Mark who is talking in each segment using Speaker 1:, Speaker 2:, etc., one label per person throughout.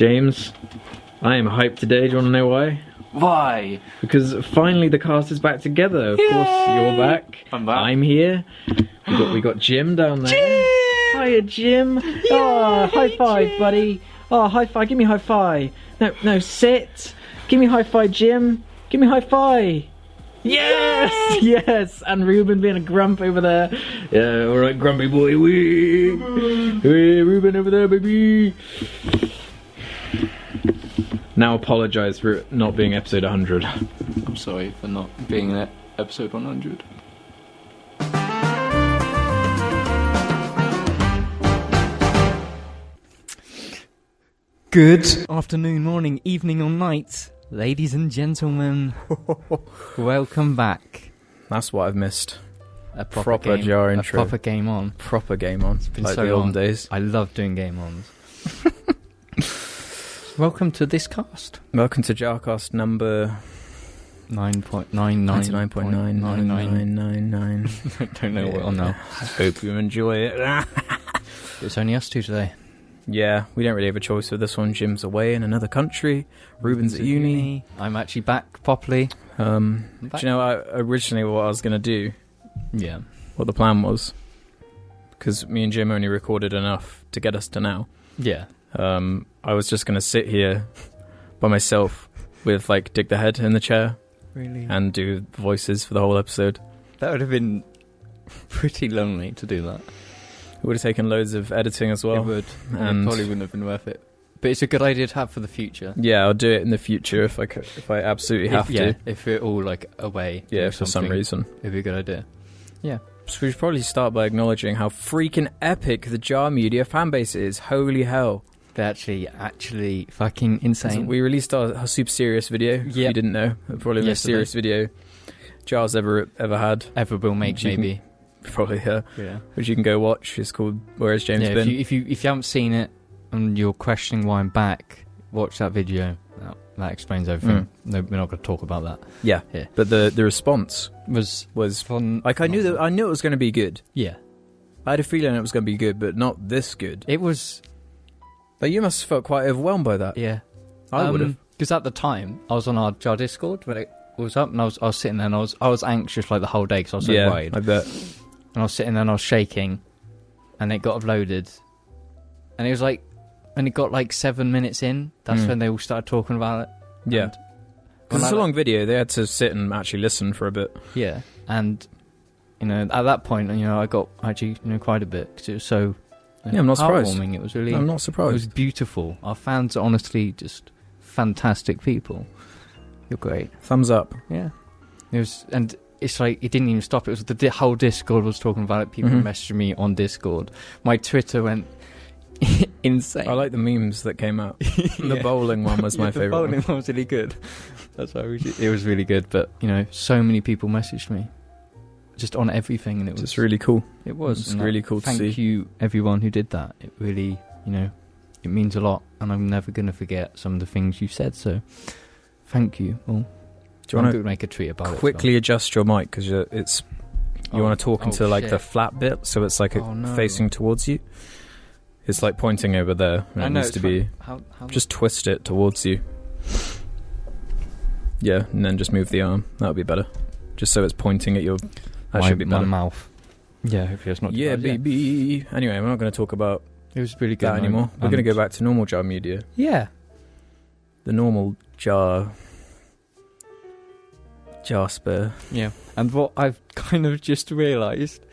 Speaker 1: James, I am hyped today. Do you want to know why?
Speaker 2: Why?
Speaker 1: Because finally the cast is back together. Of course, you're back.
Speaker 2: I'm back.
Speaker 1: I'm here. We got, we got Jim down there. Jim! Hiya, Jim. oh, high five, buddy. Oh, high five. Give me high five. No, no, sit. Give me high five, Jim. Give me high five. Yes, yes, and Ruben being a grump over there. Yeah, all right, grumpy boy. Wee, Hey, Ruben over there, baby. Now apologise for it not being episode 100.
Speaker 2: I'm sorry for not being in it. Episode 100.
Speaker 3: Good afternoon, morning, evening, or night, ladies and gentlemen. Welcome back.
Speaker 4: That's what I've missed.
Speaker 3: A proper,
Speaker 4: Proper
Speaker 3: game,
Speaker 4: jar
Speaker 3: a
Speaker 4: intro.
Speaker 3: proper game on.
Speaker 4: Proper game on,
Speaker 3: been
Speaker 4: like
Speaker 3: so
Speaker 4: the olden
Speaker 3: long.
Speaker 4: days.
Speaker 3: I love doing game ons. Welcome to this cast.
Speaker 4: Welcome to Jarcast number
Speaker 3: Nine point nine nine
Speaker 4: ninety nine point nine nine nine nine nine.
Speaker 3: I don't know what oh on now.
Speaker 4: Hope you enjoy it.
Speaker 3: It's only us two today.
Speaker 4: yeah, we don't really have a choice with this one. Jim's away in another country. Ruben's at uni.
Speaker 3: I'm actually back properly.
Speaker 4: Um,
Speaker 3: I'm
Speaker 4: do
Speaker 3: back.
Speaker 4: you know I, originally what I was gonna do?
Speaker 3: Yeah.
Speaker 4: What the plan was? Because me and Jim only recorded enough to get us to now.
Speaker 3: Yeah.
Speaker 4: Um, I was just gonna sit here by myself with like dig the head in the chair
Speaker 3: Really?
Speaker 4: and do voices for the whole episode.
Speaker 3: That would have been pretty lonely to do that.
Speaker 4: It would have taken loads of editing as
Speaker 3: it
Speaker 4: well.
Speaker 3: would.
Speaker 4: and-
Speaker 3: it probably wouldn't have been worth it. But it's a good idea to have for the future.
Speaker 4: Yeah, I'll do it in the future if I c- if I absolutely
Speaker 3: If-
Speaker 4: have
Speaker 3: yeah,
Speaker 4: to.
Speaker 3: if we're all like away.
Speaker 4: Yeah,
Speaker 3: doing
Speaker 4: for some
Speaker 3: something,
Speaker 4: reason.
Speaker 3: It'd be a good idea.
Speaker 4: So we should probably start by acknowledging how freaking epic the Jar Media fanbase is. Holy hell!
Speaker 3: They're actually, actually fucking insane.
Speaker 4: We released our, our super serious video. If
Speaker 3: Yeah.
Speaker 4: you didn't know, probably the most
Speaker 3: Yesterday.
Speaker 4: serious video Jar's ever ever had.
Speaker 3: Ever will make,
Speaker 4: Which you
Speaker 3: maybe.
Speaker 4: Probably yeah,
Speaker 3: Yeah.
Speaker 4: which you can go watch. It's called Where's James
Speaker 3: yeah if,
Speaker 4: Been?
Speaker 3: you, if, you, if you haven't seen it and you're questioning why I'm back, watch that video. That, that explains everything.
Speaker 4: Mm.
Speaker 3: No, we're not going to talk about that.
Speaker 4: Yeah,
Speaker 3: Yeah.
Speaker 4: but the the response
Speaker 3: Was
Speaker 4: was
Speaker 3: fun.
Speaker 4: like I knew that I knew it was going to be good.
Speaker 3: Yeah.
Speaker 4: I had a feeling it was going to be good, but not this good.
Speaker 3: It was.
Speaker 4: Like you must have felt quite overwhelmed by that.
Speaker 3: Yeah.
Speaker 4: I would have.
Speaker 3: Because at the time, I was on our Jar Discord when it was up, and I was, I was sitting there and I was, I was anxious like the whole day because I was so
Speaker 4: yeah,
Speaker 3: worried.
Speaker 4: I bet.
Speaker 3: and I was sitting there and I was shaking, and it got uploaded, and it was like, and it got like seven minutes in. That's
Speaker 4: Mm.
Speaker 3: when they all started talking about it.
Speaker 4: Yeah.
Speaker 3: And-
Speaker 4: Because
Speaker 3: and
Speaker 4: it's a
Speaker 3: at
Speaker 4: long video, they had to sit and actually listen for a bit.
Speaker 3: that- Yeah, and you know, at that point, you know, I got actually you know quite a bit because it was so. you know,
Speaker 4: Yeah, I'm not surprised.
Speaker 3: heartwarming. It was really.
Speaker 4: I'm not
Speaker 3: it was
Speaker 4: surprised.
Speaker 3: beautiful. Our fans are honestly just fantastic people. You're great.
Speaker 4: Thumbs up.
Speaker 3: Yeah. It was, and it's like it didn't even stop. It was the, the whole Discord was talking about it. People
Speaker 4: Mhm.
Speaker 3: messaged me on Discord. My Twitter went insane.
Speaker 4: I like the memes that came out. The
Speaker 3: Yeah.
Speaker 4: bowling one was
Speaker 3: Yeah,
Speaker 4: my
Speaker 3: the
Speaker 4: favorite.
Speaker 3: bowling
Speaker 4: One.
Speaker 3: one was really good. That's why we should, it was really good. But you know, so many people messaged me, just on everything, and it was
Speaker 4: It's really cool.
Speaker 3: it was
Speaker 4: it's
Speaker 3: and I-
Speaker 4: really cool to
Speaker 3: Thank
Speaker 4: see.
Speaker 3: you, everyone who did that. It really, you know, it means a lot, and I'm never gonna forget some of the things you said. So, thank you all.
Speaker 4: Do you
Speaker 3: I'm
Speaker 4: want
Speaker 3: gonna make a tweet about
Speaker 4: to
Speaker 3: it? as
Speaker 4: quickly adjust your mic because it's you
Speaker 3: Oh,
Speaker 4: want to talk
Speaker 3: oh,
Speaker 4: into like the
Speaker 3: shit.
Speaker 4: flat bit, so it's like a,
Speaker 3: Oh, no.
Speaker 4: facing towards you. It's like pointing over there. And
Speaker 3: well. I
Speaker 4: it
Speaker 3: know,
Speaker 4: needs to
Speaker 3: it's
Speaker 4: be
Speaker 3: fine. How, how
Speaker 4: just twist it towards you. Yeah, and then just move the arm. That would be better. Just so it's pointing at your. That
Speaker 3: my,
Speaker 4: should be
Speaker 3: my
Speaker 4: better.
Speaker 3: mouth. Yeah, hopefully it's not.
Speaker 4: yeah, baby. Anyway, we're not going to talk about
Speaker 3: It was really good.
Speaker 4: that anymore. We're going to go back to normal jar media.
Speaker 3: Yeah,
Speaker 4: The normal jar. Jasper.
Speaker 3: yeah. And what I've kind of just realised,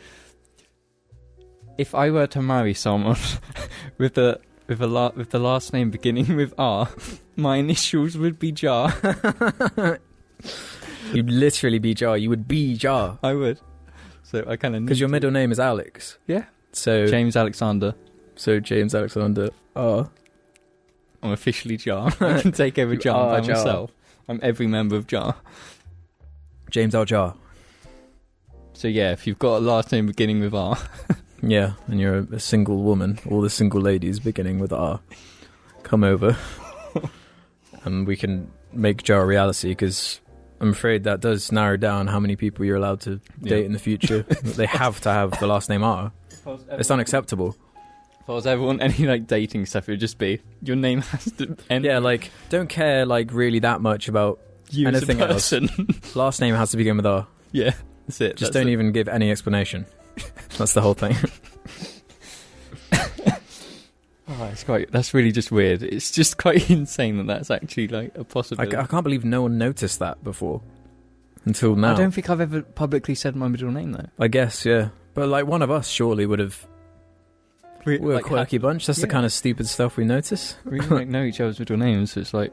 Speaker 3: if I were to marry someone with a with a la- with the last name beginning with R, my initials would be Jar.
Speaker 4: You'd literally be jar. You would be jar.
Speaker 3: I would. So I kind of
Speaker 4: Because your middle name is Alex.
Speaker 3: Yeah.
Speaker 4: So
Speaker 3: James Alexander.
Speaker 4: so James Alexander R.
Speaker 3: I'm officially Jar. I can take over
Speaker 4: You
Speaker 3: Jar
Speaker 4: are
Speaker 3: by
Speaker 4: Jar.
Speaker 3: myself. I'm every member of Jar.
Speaker 4: James L. Jar.
Speaker 3: So yeah, if you've got a last name beginning with R,
Speaker 4: Yeah, and you're a, a single woman. All the single ladies beginning with R. Come over. and we can make jar a reality because I'm afraid that does narrow down how many people you're allowed to
Speaker 3: Yeah. Um,
Speaker 4: date in the future. they have to have the last name R. It's unacceptable.
Speaker 3: If If I was ever on any like dating stuff, it would just be your name has to end.
Speaker 4: Yeah, like don't care like really that much about
Speaker 3: you
Speaker 4: anything
Speaker 3: as a
Speaker 4: else.
Speaker 3: person.
Speaker 4: last name has to begin with R.
Speaker 3: yeah, that's it.
Speaker 4: Just
Speaker 3: That's
Speaker 4: don't
Speaker 3: it.
Speaker 4: even give any explanation. That's the whole thing.
Speaker 3: Oh, it's quite. That's really just weird. It's just quite insane that that's actually like a
Speaker 4: I,
Speaker 3: possibility.
Speaker 4: I can't believe no one noticed that before until now.
Speaker 3: I don't think I've ever publicly said my middle name though.
Speaker 4: I guess, yeah. But like one of us surely would have.
Speaker 3: We,
Speaker 4: We're a quirky bunch. That's the
Speaker 3: yeah.
Speaker 4: kind of stupid stuff we notice.
Speaker 3: we don't like, know each other's middle names. so It's like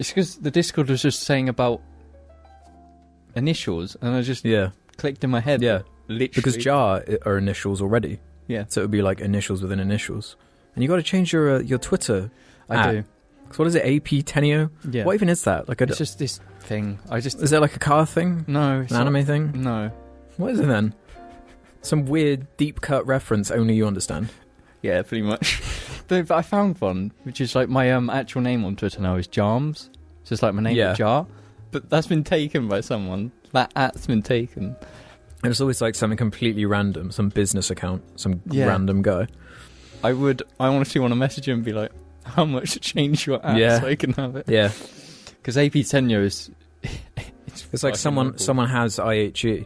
Speaker 3: it's because the Discord was just saying about initials, and I just
Speaker 4: Yeah,
Speaker 3: clicked in my head.
Speaker 4: yeah.
Speaker 3: literally
Speaker 4: Because Jar i- are initials already.
Speaker 3: Yeah.
Speaker 4: So it would be like initials within initials. And you got to change your uh, your Twitter.
Speaker 3: I do.
Speaker 4: 'Cause what is it? AP Tenio?
Speaker 3: Yeah,
Speaker 4: What even is that? Like, a,
Speaker 3: it's just this thing. I just
Speaker 4: is that like a car thing?
Speaker 3: no it's
Speaker 4: An
Speaker 3: not-
Speaker 4: anime thing?
Speaker 3: No,
Speaker 4: What is it then? Some weird deep cut reference only you understand.
Speaker 3: yeah, pretty much. but, but I found one, which is like my um actual name on Twitter now is Jarms. So it's like my name
Speaker 4: Yeah.
Speaker 3: is Jar, but that's been taken by someone. That at's been taken.
Speaker 4: And it's always like something completely random, some business account, some
Speaker 3: Yeah.
Speaker 4: random guy.
Speaker 3: I would. I honestly want to message him and be like, "How much to change your at
Speaker 4: Yeah.
Speaker 3: so I can have it?"
Speaker 4: Yeah.
Speaker 3: Because AP Tenyo is. it's
Speaker 4: It's like
Speaker 3: fucking
Speaker 4: someone
Speaker 3: awful.
Speaker 4: someone has IHE,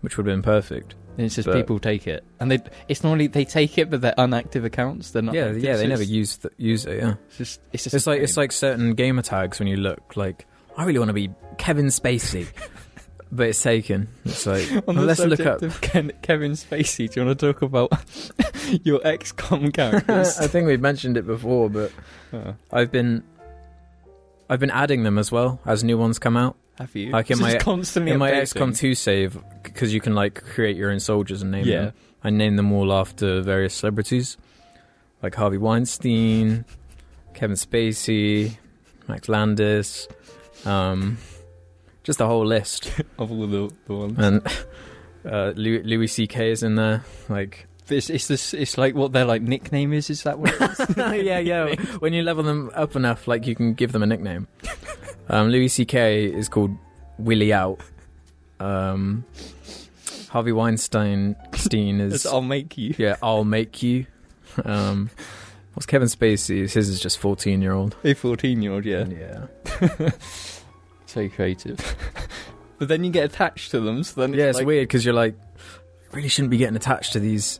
Speaker 4: which would have been perfect.
Speaker 3: And it's just
Speaker 4: but-
Speaker 3: people take it, and they. It's normally they take it, but they're unactive accounts. They're not.
Speaker 4: yeah,
Speaker 3: active,
Speaker 4: yeah,
Speaker 3: so
Speaker 4: they never
Speaker 3: it's-
Speaker 4: use th- use it. Yeah,
Speaker 3: It's just. It's, just
Speaker 4: it's like it's
Speaker 3: lame.
Speaker 4: like certain gamer tags when you look like I really want to be Kevin Spacey, but it's taken. It's like
Speaker 3: On the
Speaker 4: let's look
Speaker 3: subject
Speaker 4: up.
Speaker 3: of Ken, Kevin Spacey, do you want to talk about your XCOM characters?
Speaker 4: I think we've mentioned it before, but
Speaker 3: Oh,
Speaker 4: I've been I've been adding them as well as new ones come out.
Speaker 3: have you?
Speaker 4: Like in
Speaker 3: This is
Speaker 4: my-
Speaker 3: constantly
Speaker 4: In my
Speaker 3: updating.
Speaker 4: XCOM 2 save, because you can like create your own soldiers and name
Speaker 3: Yeah.
Speaker 4: them. I name them all after various celebrities, like Harvey Weinstein, Kevin Spacey, Max Landis, um, just a whole list.
Speaker 3: of all the, the ones.
Speaker 4: And uh, Louis, Louis C.K. is in there. Like,
Speaker 3: It's, it's this. It's like what their like nickname is. Is that what? It is?
Speaker 4: yeah, yeah. When you level them up enough, like you can give them a nickname. Um, Louis C.K. is called Willie Out. Um, Harvey Weinstein Steen
Speaker 3: It's
Speaker 4: is
Speaker 3: I'll make you.
Speaker 4: yeah, I'll make you. Um, what's Kevin Spacey's? His is just fourteen year old.
Speaker 3: A fourteen-year-old. Yeah.
Speaker 4: yeah,
Speaker 3: So creative. but then you get attached to them. So then
Speaker 4: yeah. It's
Speaker 3: it's like,
Speaker 4: weird because you're like, really shouldn't be getting attached to these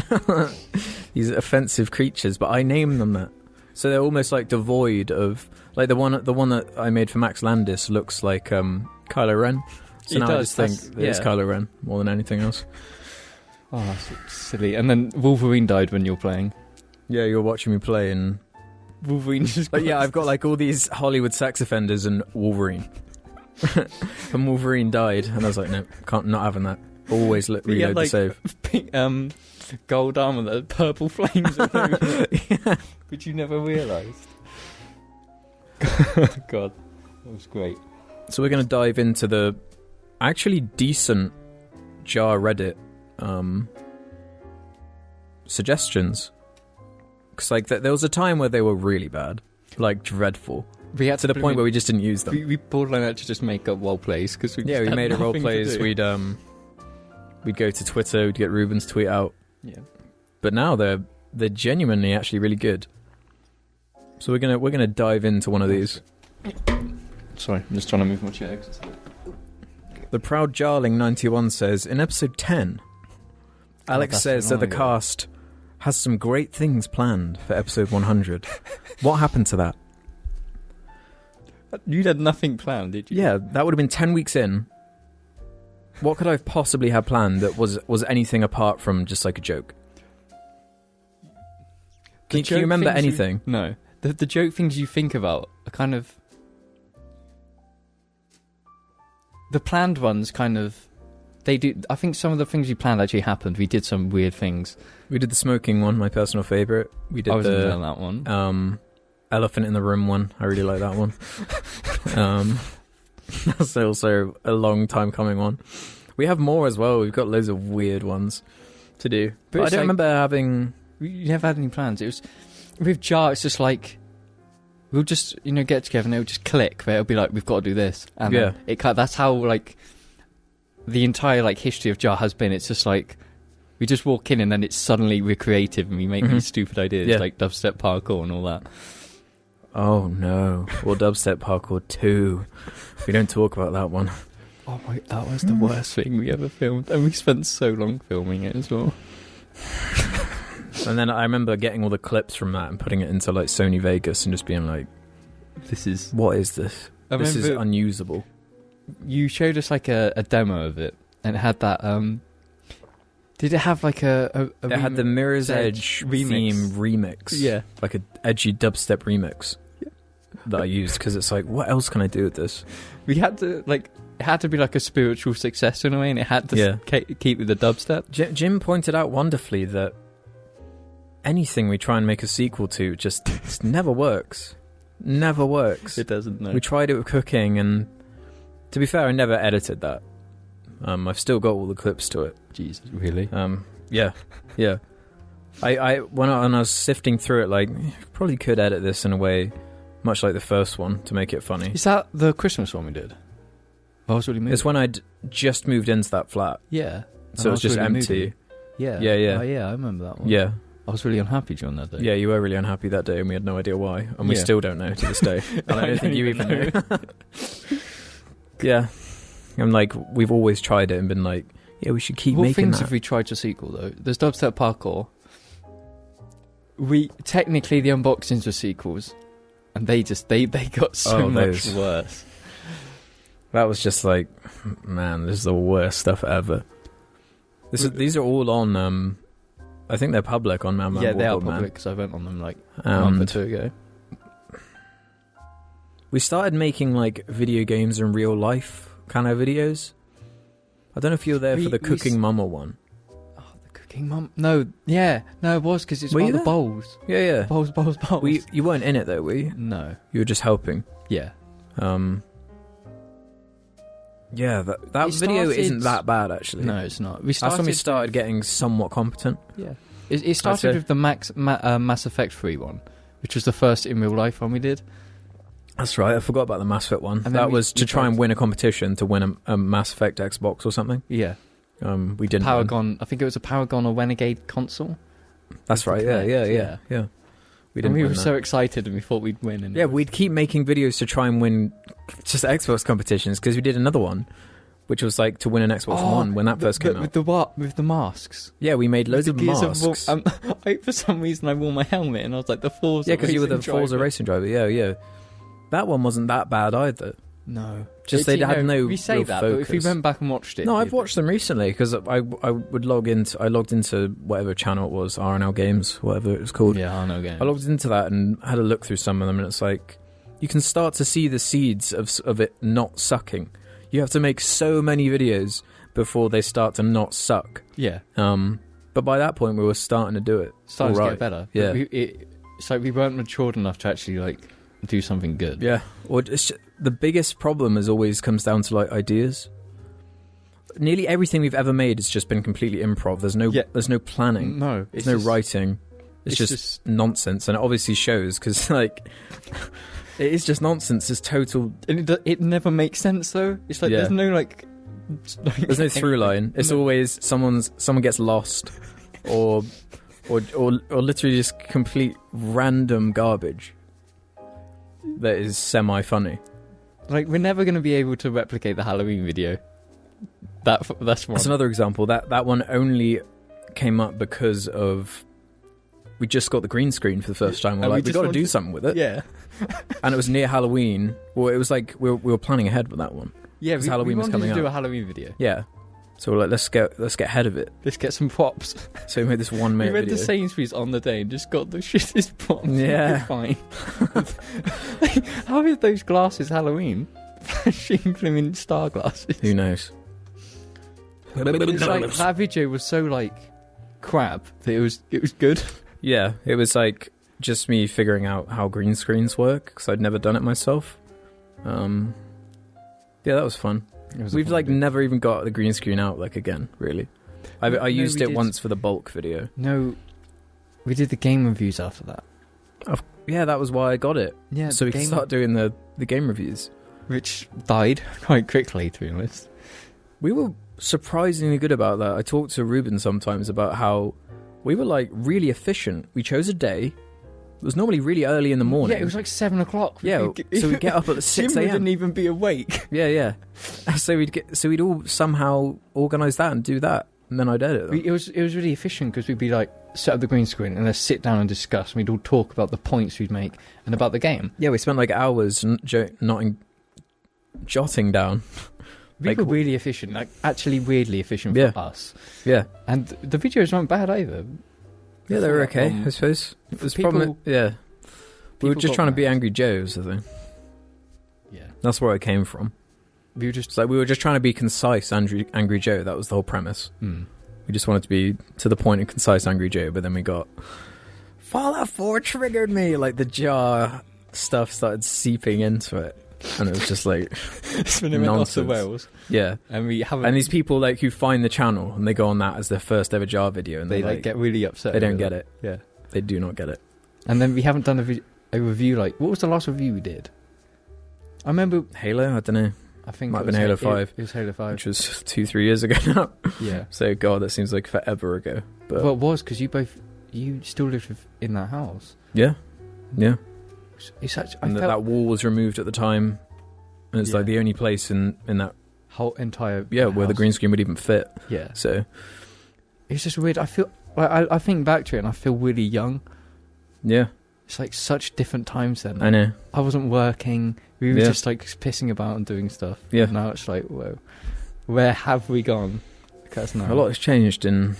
Speaker 4: these offensive creatures, but I name them that, so they're almost like devoid of like the one the one that I made for Max Landis looks like um, Kylo Ren. So
Speaker 3: It
Speaker 4: now
Speaker 3: does,
Speaker 4: I
Speaker 3: that's-
Speaker 4: just think that it's
Speaker 3: yeah.
Speaker 4: Kylo Ren more than anything else.
Speaker 3: Oh, that's silly. And then Wolverine died when you're playing.
Speaker 4: Yeah, you're watching me play, and
Speaker 3: Wolverine just.
Speaker 4: But yeah, I've got like all these Hollywood sex offenders and Wolverine. and Wolverine died, and I was like, no, can't not having that. Always look,
Speaker 3: But yeah,
Speaker 4: reload
Speaker 3: like-
Speaker 4: the save.
Speaker 3: pink, um, gold armor that had purple flames, all over it, which you never realised. God, that was great.
Speaker 4: So we're gonna dive into the actually decent jar Reddit um, suggestions because like th- there was a time where they were really bad, like dreadful,
Speaker 3: We had
Speaker 4: to the point where we just didn't use them.
Speaker 3: we, we borderline had to just make up role plays because we
Speaker 4: yeah,
Speaker 3: just
Speaker 4: we
Speaker 3: had
Speaker 4: made a role
Speaker 3: nothing to
Speaker 4: plays.
Speaker 3: do.
Speaker 4: We'd um, we'd go to Twitter. We'd get Ruben's tweet out.
Speaker 3: yeah.
Speaker 4: but now they're they're genuinely actually really good. So we're gonna we're gonna dive into one of these.
Speaker 3: Sorry, I'm just trying to move my chair. 'cause it's-
Speaker 4: The proud Jarling ninety one says in episode ten, Alex
Speaker 3: Oh, that's
Speaker 4: says that
Speaker 3: long
Speaker 4: the
Speaker 3: ago.
Speaker 4: cast has some great things planned for episode one hundred. what happened to that?
Speaker 3: Uh, You had nothing planned, did you?
Speaker 4: Yeah, that would have been ten weeks in. What could I have possibly have planned that was was anything apart from just like a joke?
Speaker 3: The
Speaker 4: Can, you- can you
Speaker 3: joke
Speaker 4: remember
Speaker 3: things you-
Speaker 4: anything?
Speaker 3: no, the the joke things you think about are kind of the planned ones. Kind of, they do. I think some of the things you planned actually happened. We did some weird things.
Speaker 4: We did the smoking one, my personal favorite. We did
Speaker 3: I was
Speaker 4: the
Speaker 3: enjoying that one.
Speaker 4: um elephant in the room one i really like that one um that's also a long time coming one we have more as well we've got loads of weird ones to do but,
Speaker 3: But
Speaker 4: i
Speaker 3: it's
Speaker 4: don't
Speaker 3: like-
Speaker 4: remember having
Speaker 3: We- You never had any plans. It was with Jar. It's just like we'll just you know get together and it'll just click. But it'll be like we've got to do this. And then
Speaker 4: Yeah.
Speaker 3: it kind that's how like the entire like history of Jar has been. It's just like We just walk in and then it's suddenly we're creative and we make
Speaker 4: Mhm.
Speaker 3: these stupid ideas
Speaker 4: Yeah.
Speaker 3: like dubstep parkour and all that.
Speaker 4: Oh no. Or dubstep parkour two. We don't talk about that one.
Speaker 3: Oh my, that was the worst thing we ever filmed, and we spent so long filming it as well.
Speaker 4: And then I remember getting all the clips from that and putting it into like Sony Vegas and just being like,
Speaker 3: This is.
Speaker 4: "What is this?
Speaker 3: I
Speaker 4: this is
Speaker 3: remember
Speaker 4: unusable."
Speaker 3: you showed us like a, a demo of it, and it had that. um Did it have like a? a, a
Speaker 4: It had the
Speaker 3: rem-
Speaker 4: Mirror's
Speaker 3: Edge
Speaker 4: Edge
Speaker 3: remix.
Speaker 4: theme remix,
Speaker 3: Yeah,
Speaker 4: like a edgy dubstep remix
Speaker 3: Yeah.
Speaker 4: that I used because it's like, what else can I do with this?
Speaker 3: we had to like. It had to be like a spiritual success in a way, and it had to
Speaker 4: Yeah.
Speaker 3: ca- keep with the dubstep.
Speaker 4: J- Jim pointed out wonderfully that anything we try and make a sequel to just just never works, never works.
Speaker 3: It doesn't know.
Speaker 4: We tried it with cooking, and to be fair, I never edited that. Um, I've still got all the clips to it.
Speaker 3: Jesus, really?
Speaker 4: Um, yeah, yeah. I, I when I, when I was sifting through it, like probably could edit this in a way much like the first one to make it funny.
Speaker 3: Is that the Christmas one we did? I was really moved.
Speaker 4: It's when I'd just moved into that flat,
Speaker 3: yeah, Oh,
Speaker 4: so it was just
Speaker 3: that's really
Speaker 4: empty.
Speaker 3: moody. yeah,
Speaker 4: Yeah, yeah.
Speaker 3: Oh, yeah, I remember that one.
Speaker 4: Yeah,
Speaker 3: I was really unhappy during that day.
Speaker 4: yeah. You were really unhappy that day, and we had no idea why, and we
Speaker 3: Yeah.
Speaker 4: still don't know to this day. and I
Speaker 3: I
Speaker 4: don't
Speaker 3: don't
Speaker 4: think you even
Speaker 3: even
Speaker 4: know. yeah, I'm like we've always tried it and been like, yeah, we should keep
Speaker 3: what
Speaker 4: making
Speaker 3: things
Speaker 4: that.
Speaker 3: have we tried to sequel though? There's dubstep parkour. We technically the unboxings were sequels, and they just they they got so
Speaker 4: Oh,
Speaker 3: much
Speaker 4: those.
Speaker 3: worse.
Speaker 4: That was just like, man, this is the worst stuff ever. This is, these are all on. Um, I think they're public on Man Man
Speaker 3: yeah,
Speaker 4: Walk
Speaker 3: they are
Speaker 4: Up Man. Um,
Speaker 3: public because I went on them like a month or
Speaker 4: And
Speaker 3: two ago.
Speaker 4: we started making like video games in real life kind of videos. I don't know if you were there
Speaker 3: We-
Speaker 4: for the
Speaker 3: we
Speaker 4: cooking
Speaker 3: s-
Speaker 4: mama one.
Speaker 3: Oh, the cooking mum. No, yeah, no, it was because it's
Speaker 4: Were
Speaker 3: about
Speaker 4: you
Speaker 3: the
Speaker 4: there?
Speaker 3: bowls,
Speaker 4: Yeah, yeah.
Speaker 3: bowls, bowls, bowls.
Speaker 4: We you weren't in it though, were you?
Speaker 3: no,
Speaker 4: You were just helping.
Speaker 3: yeah,
Speaker 4: Um. Yeah, that that
Speaker 3: It
Speaker 4: video
Speaker 3: started-
Speaker 4: isn't that bad actually.
Speaker 3: no, it's not. We started.
Speaker 4: That's when we started getting somewhat competent.
Speaker 3: Yeah, it, it
Speaker 4: say-
Speaker 3: started with the Max Ma, uh, Mass Effect Three one, which was the first in real life one we did.
Speaker 4: That's right. I forgot about the Mass Effect one.
Speaker 3: then
Speaker 4: that
Speaker 3: we-
Speaker 4: was to
Speaker 3: we
Speaker 4: try and
Speaker 3: tried-
Speaker 4: win a competition to win a, a Mass Effect Xbox or something.
Speaker 3: Yeah,
Speaker 4: Um, we didn't. win.
Speaker 3: Paragon. I think it was a Paragon or Renegade console.
Speaker 4: That's right. Yeah, yeah,
Speaker 3: Connect,
Speaker 4: yeah, yeah.
Speaker 3: yeah.
Speaker 4: We
Speaker 3: and
Speaker 4: didn't.
Speaker 3: we
Speaker 4: win
Speaker 3: were
Speaker 4: that.
Speaker 3: so excited and we thought we'd win. And
Speaker 4: Yeah, we'd keep making videos to try and win just Xbox competitions because we did another one, which was like to win an Xbox
Speaker 3: Oh,
Speaker 4: One when that first came
Speaker 3: with,
Speaker 4: out.
Speaker 3: the what with the masks.
Speaker 4: yeah, we made loads
Speaker 3: With
Speaker 4: of
Speaker 3: the Gears
Speaker 4: masks.
Speaker 3: War- um, I, for some reason, I wore my helmet and I was like the Forza.
Speaker 4: yeah, because you were the
Speaker 3: Racing
Speaker 4: Forza
Speaker 3: driver.
Speaker 4: racing driver. Yeah, yeah. That one wasn't that bad either.
Speaker 3: No,
Speaker 4: Just
Speaker 3: It's-
Speaker 4: they had
Speaker 3: you know,
Speaker 4: no
Speaker 3: We say
Speaker 4: real
Speaker 3: that, but if
Speaker 4: focus.
Speaker 3: we went back and watched it,
Speaker 4: No,
Speaker 3: we-
Speaker 4: I've watched them recently because I I would log into I logged into whatever channel it was RNL Games whatever it was called.
Speaker 3: Yeah, I know. Game.
Speaker 4: I logged into that and had a look through some of them, and it's like you can start to see the seeds of s- of it not sucking. You have to make so many videos before they start to not suck.
Speaker 3: yeah,
Speaker 4: Um, but by that point, we were starting to do it.
Speaker 3: started to get
Speaker 4: Alright,
Speaker 3: better.
Speaker 4: yeah.
Speaker 3: but we, it, it's like we weren't matured enough to actually like do something good.
Speaker 4: Yeah. Or it's ju- the biggest problem is always comes down to like ideas. Nearly everything we've ever made has just been completely improv. There's no
Speaker 3: Yeah.
Speaker 4: there's no planning.
Speaker 3: no,
Speaker 4: There's
Speaker 3: it's
Speaker 4: no
Speaker 3: just-
Speaker 4: writing. It's, just, nonsense, and it obviously shows because like it is just nonsense. It's total
Speaker 3: and it, do- it never makes sense though. It's like
Speaker 4: Yeah.
Speaker 3: there's no like, like
Speaker 4: There's no through line. It's
Speaker 3: No.
Speaker 4: always someone's someone gets lost, or or or or literally just complete random garbage that is semi funny.
Speaker 3: Like we're never going to be able to replicate the Halloween video. That f- that's one.
Speaker 4: That's another example. That that one only came up because of we just got the green screen for the first time. We're
Speaker 3: And we
Speaker 4: like, we
Speaker 3: just
Speaker 4: got to
Speaker 3: wanted-
Speaker 4: do something with it,
Speaker 3: yeah,
Speaker 4: and it was near Halloween. Well, it was like we were, we were planning ahead with that one.
Speaker 3: yeah.
Speaker 4: 'Cause
Speaker 3: We,
Speaker 4: Halloween
Speaker 3: Halloween we
Speaker 4: was
Speaker 3: wanted
Speaker 4: coming
Speaker 3: to do
Speaker 4: up.
Speaker 3: a Halloween video.
Speaker 4: Yeah. So we're like, let's get let's get ahead of it.
Speaker 3: Let's get some props.
Speaker 4: So we made this one
Speaker 3: we
Speaker 4: minute
Speaker 3: went
Speaker 4: video.
Speaker 3: to Sainsbury's on the day and just got the shittest props. we
Speaker 4: Yeah.
Speaker 3: could find. Like, how are those glasses Halloween? Flashing glimmering star glasses.
Speaker 4: Who knows?
Speaker 3: It's like, that video was so like crap that it was it was good.
Speaker 4: Yeah, it was like just me figuring out how green screens work because I'd never done it myself. Um, yeah, that was fun. We've like never even got the green screen out like again, really. I,
Speaker 3: No,
Speaker 4: I
Speaker 3: we
Speaker 4: used it
Speaker 3: did.
Speaker 4: once for the bulk video.
Speaker 3: no. We did the game reviews after that.
Speaker 4: Yeah, that was why I got it.
Speaker 3: Yeah,
Speaker 4: so we can start doing the the game reviews.
Speaker 3: which died quite quickly, to be honest.
Speaker 4: We were surprisingly good about that. I talk to Ruben sometimes about how we were like really efficient. We chose a day. It was normally really early in the morning.
Speaker 3: Yeah, it was like seven o'clock.
Speaker 4: Yeah, so we'd get up at
Speaker 3: Jim
Speaker 4: six a.m.
Speaker 3: wouldn't even be awake.
Speaker 4: Yeah, yeah. So we'd get, so we'd all somehow organise that and do that, and then I'd edit them.
Speaker 3: We- it was it was really efficient because we'd be like set up the green screen and let's sit down and discuss. and We'd all talk about the points we'd make and about the game.
Speaker 4: Yeah, we spent like hours n- jo- not in- jotting down.
Speaker 3: We
Speaker 4: Like-
Speaker 3: were really efficient, like actually weirdly efficient for
Speaker 4: Yeah.
Speaker 3: us.
Speaker 4: Yeah,
Speaker 3: And the videos weren't bad either.
Speaker 4: yeah, they were
Speaker 2: Thought,
Speaker 4: okay,
Speaker 2: um,
Speaker 4: I suppose. It was
Speaker 3: people-
Speaker 4: probably yeah. We were
Speaker 3: people
Speaker 4: just
Speaker 3: got
Speaker 4: trying to be
Speaker 3: mad.
Speaker 4: angry Joes. I think
Speaker 3: Yeah,
Speaker 4: that's where I came from.
Speaker 3: we were just
Speaker 4: It's like we were just trying to be concise, angry, angry Joe. That was the whole premise.
Speaker 3: hmm.
Speaker 4: We just wanted to be to the point and concise, angry Joe. But then we got Fallout Four triggered me. Like the jar stuff started seeping into it, and it was just like
Speaker 3: it's when it went off to
Speaker 4: Nonsense.
Speaker 3: Wales,
Speaker 4: yeah.
Speaker 3: and we haven't.
Speaker 4: And these people like who find the channel and they go on that as their first ever jar video, and
Speaker 3: they like get really upset.
Speaker 4: they don't
Speaker 3: with
Speaker 4: get it.
Speaker 3: Yeah,
Speaker 4: They do not get it.
Speaker 3: and then we haven't done a, vi- a review. Like, what was the last review we did? I remember.
Speaker 4: Halo, I don't know,
Speaker 3: I think
Speaker 4: Might
Speaker 3: it
Speaker 4: have been
Speaker 3: was
Speaker 4: Halo
Speaker 3: it-
Speaker 4: 5.
Speaker 3: It was Halo Five.
Speaker 4: which was two, three years ago now.
Speaker 3: Yeah.
Speaker 4: so God, that seems like forever ago. But
Speaker 3: well, it was because you both you still lived with, in that house.
Speaker 4: yeah, yeah.
Speaker 3: It's such. I
Speaker 4: And that,
Speaker 3: felt
Speaker 4: that wall was removed at the time, and it's like
Speaker 3: Yeah.
Speaker 4: the only place in in that
Speaker 3: whole entire
Speaker 4: yeah where the
Speaker 3: house.
Speaker 4: green screen would even fit.
Speaker 3: yeah.
Speaker 4: So
Speaker 3: It's just weird. I feel like I, I think back to it and I feel really young.
Speaker 4: yeah,
Speaker 3: It's like such different times then.
Speaker 4: I know.
Speaker 3: I wasn't working. We were
Speaker 4: Yeah.
Speaker 3: just like pissing about and doing stuff.
Speaker 4: Yeah.
Speaker 3: Now it's like, whoa, where have we gone? That's now.
Speaker 4: A lot has changed in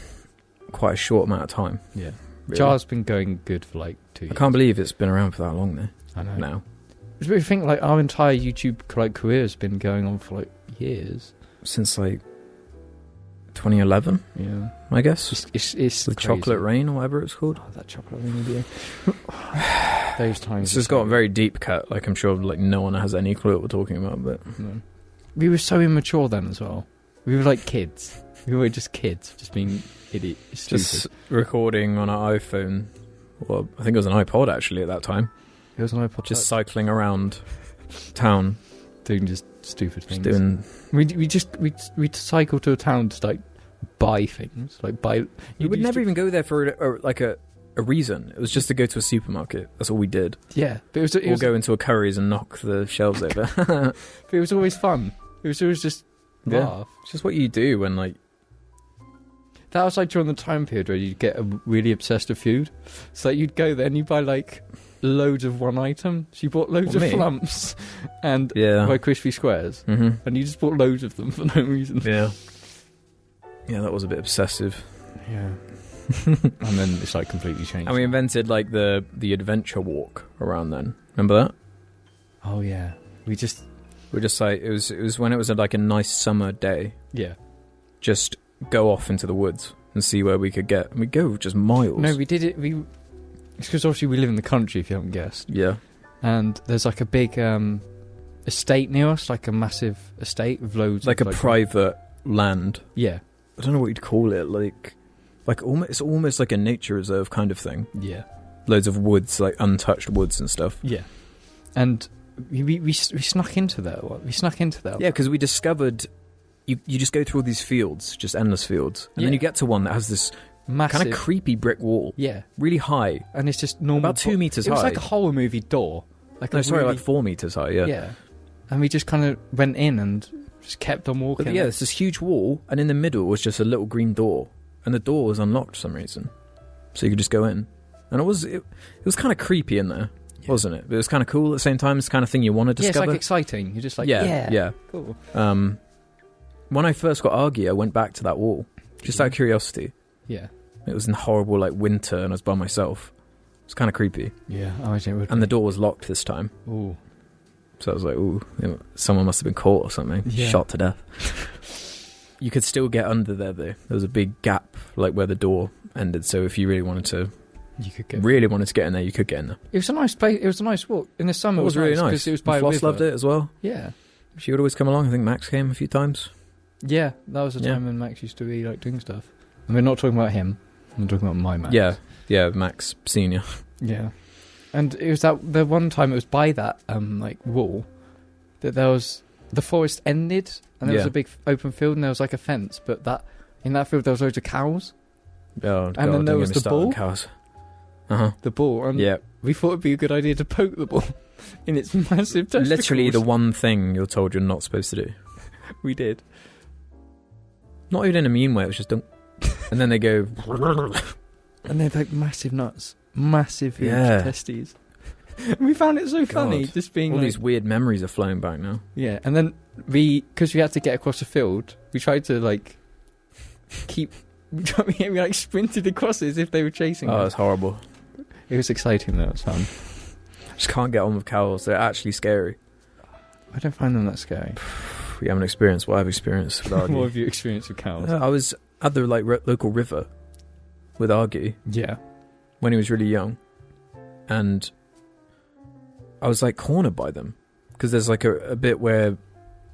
Speaker 4: quite a short amount of time.
Speaker 3: Yeah.
Speaker 4: really.
Speaker 3: Jar's been going good for like two.
Speaker 4: I
Speaker 3: Years.
Speaker 4: can't believe it's been around for that long though.
Speaker 3: I know.
Speaker 4: Now
Speaker 3: It's weird to think like our entire YouTube like career has been going on for like years.
Speaker 4: since like 2011,
Speaker 3: Yeah.
Speaker 4: I guess.
Speaker 3: It's it's, it's
Speaker 4: The
Speaker 3: crazy.
Speaker 4: chocolate rain or whatever it's called.
Speaker 3: Oh, that chocolate ring video. Those times.
Speaker 4: This has got a very deep cut. Like I'm sure, like no one has any clue what we're talking about. But
Speaker 3: No. We were so immature then as well. We were like kids. We were just kids, just being idiot, stupid.
Speaker 4: just recording on our iPhone. Well, I think it was an iPod actually at that time.
Speaker 3: it was an iPod.
Speaker 4: Just
Speaker 3: Just
Speaker 4: cycling around town,
Speaker 3: doing just stupid things.
Speaker 4: just doing
Speaker 3: We we just we we cycle to a town to like buy things, like buy.
Speaker 4: You would
Speaker 3: used
Speaker 4: never
Speaker 3: to-
Speaker 4: even go there for a, a, like a, a reason. It was just to go to a supermarket. That's all we did.
Speaker 3: Yeah, but it was, it,
Speaker 4: Or
Speaker 3: was,
Speaker 4: go into a Curry's and knock the shelves over. it's
Speaker 3: but it was always fun. It was always just
Speaker 4: Yeah.
Speaker 3: laugh.
Speaker 4: just what you do when like
Speaker 3: That was like during the time period where you'd get um, really obsessed with food. So like, you'd go there and you buy like loads of one item. So you bought loads
Speaker 4: Well,
Speaker 3: of
Speaker 4: me?
Speaker 3: flumps and
Speaker 4: yeah.
Speaker 3: by crispy squares,
Speaker 4: hmm
Speaker 3: and you just bought loads of them for no reason.
Speaker 4: Yeah. Yeah, that was a bit obsessive.
Speaker 3: Yeah. and then it's like completely changed.
Speaker 4: And we invented like the the adventure walk around then. Remember that?
Speaker 3: oh yeah, we just
Speaker 4: We are just like it was it was when it was like a nice summer day.
Speaker 3: yeah.
Speaker 4: Just go off into the woods and see where we could get. And we go just miles.
Speaker 3: No, we did it. We it's because obviously we live in the country, if you haven't guessed.
Speaker 4: yeah.
Speaker 3: And there's like a big um estate near us, like a massive estate with loads.
Speaker 4: Like a
Speaker 3: of,
Speaker 4: private land
Speaker 3: Yeah,
Speaker 4: I don't know what you'd call it, like like almost it's almost like a nature reserve kind of thing.
Speaker 3: yeah,
Speaker 4: Loads of woods, like untouched woods and stuff.
Speaker 3: yeah. And we we we, s- we snuck into that. one. We snuck into that.
Speaker 4: Yeah, because we discovered you you just go through all these fields, just endless fields, and then
Speaker 3: Yeah.
Speaker 4: you get to one that has this
Speaker 3: massive.
Speaker 4: kind of creepy brick wall,
Speaker 3: yeah,
Speaker 4: really high,
Speaker 3: and it's just normal.
Speaker 4: about two
Speaker 3: bo-
Speaker 4: meters
Speaker 3: It was
Speaker 4: high.
Speaker 3: like a horror movie door. Like
Speaker 4: no,
Speaker 3: a
Speaker 4: sorry,
Speaker 3: really,
Speaker 4: like four meters high. Yeah.
Speaker 3: yeah. And we just kind of went in and just kept on walking.
Speaker 4: But yeah, it's this huge wall, and in the middle was just a little green door, and the door was unlocked for some reason, so you could just go in. And it was it, it was kind of creepy in there,
Speaker 3: Yeah.
Speaker 4: wasn't it? But it was kind of cool at the same time. It's the kind of thing you want to
Speaker 3: Yeah, it's
Speaker 4: discover.
Speaker 3: like exciting. You're just like, yeah,
Speaker 4: yeah, yeah.
Speaker 3: cool.
Speaker 4: Um, when I first got Argy, I went back to that wall just out of curiosity.
Speaker 3: Yeah.
Speaker 4: It was in horrible like winter, and I was by myself. It was kind of creepy,
Speaker 3: Yeah, I imagine it would.
Speaker 4: and the door was locked this time.
Speaker 3: Ooh.
Speaker 4: So I was like, "Ooh, you know, someone must have been caught or something,
Speaker 3: Yeah.
Speaker 4: shot to death." you could still get under there though. There was a big gap, like where the door ended. So if you really wanted to,
Speaker 3: You could get.
Speaker 4: really wanted to get in there, you could get in there.
Speaker 3: It was a nice place. It was a nice walk in the summer.
Speaker 4: it was really nice.
Speaker 3: because it was by a
Speaker 4: Floss
Speaker 3: river.
Speaker 4: loved it as well.
Speaker 3: Yeah,
Speaker 4: She would always come along. I think Max came a few times.
Speaker 3: yeah. That was the
Speaker 4: Yeah.
Speaker 3: time when Max used to be like doing stuff. And we're not talking about him. I'm talking about my Max.
Speaker 4: Yeah, yeah, Max Senior.
Speaker 3: yeah. And it was that the one time it was by that um like wall that there was the forest ended, and there was
Speaker 4: Yeah.
Speaker 3: a big open field, and there was like a fence. But that in that field there was loads of cows.
Speaker 4: Oh, and
Speaker 3: then there was the ball? Um,
Speaker 4: Cows. Uh huh.
Speaker 3: The ball, and
Speaker 4: Yeah,
Speaker 3: we thought it'd be a good idea to poke the ball in its massive. Testicles.
Speaker 4: literally the one thing you're told you're not supposed to do.
Speaker 3: we did.
Speaker 4: Not even in a mean way. It was just don't. and then they go.
Speaker 3: and they're like massive nuts, massive huge
Speaker 4: Yeah.
Speaker 3: testes. we found it so funny,
Speaker 4: God.
Speaker 3: just being
Speaker 4: All
Speaker 3: like,
Speaker 4: these weird memories are flowing back now.
Speaker 3: yeah. And then we, because we had to get across the field, we tried to like keep. We, tried- we like sprinted across it as if they were chasing
Speaker 4: Oh,
Speaker 3: us.
Speaker 4: it's horrible.
Speaker 3: It was exciting though. It was fun.
Speaker 4: Just can't get on with cows. They're actually scary.
Speaker 3: I don't find them that scary.
Speaker 4: We haven't experienced what I've experienced with
Speaker 3: what
Speaker 4: Argy.
Speaker 3: have you experienced with cows?
Speaker 4: I was at the like ro- local river with Argy
Speaker 3: yeah.
Speaker 4: when he was really young, and I was like cornered by them because there's like a, a bit where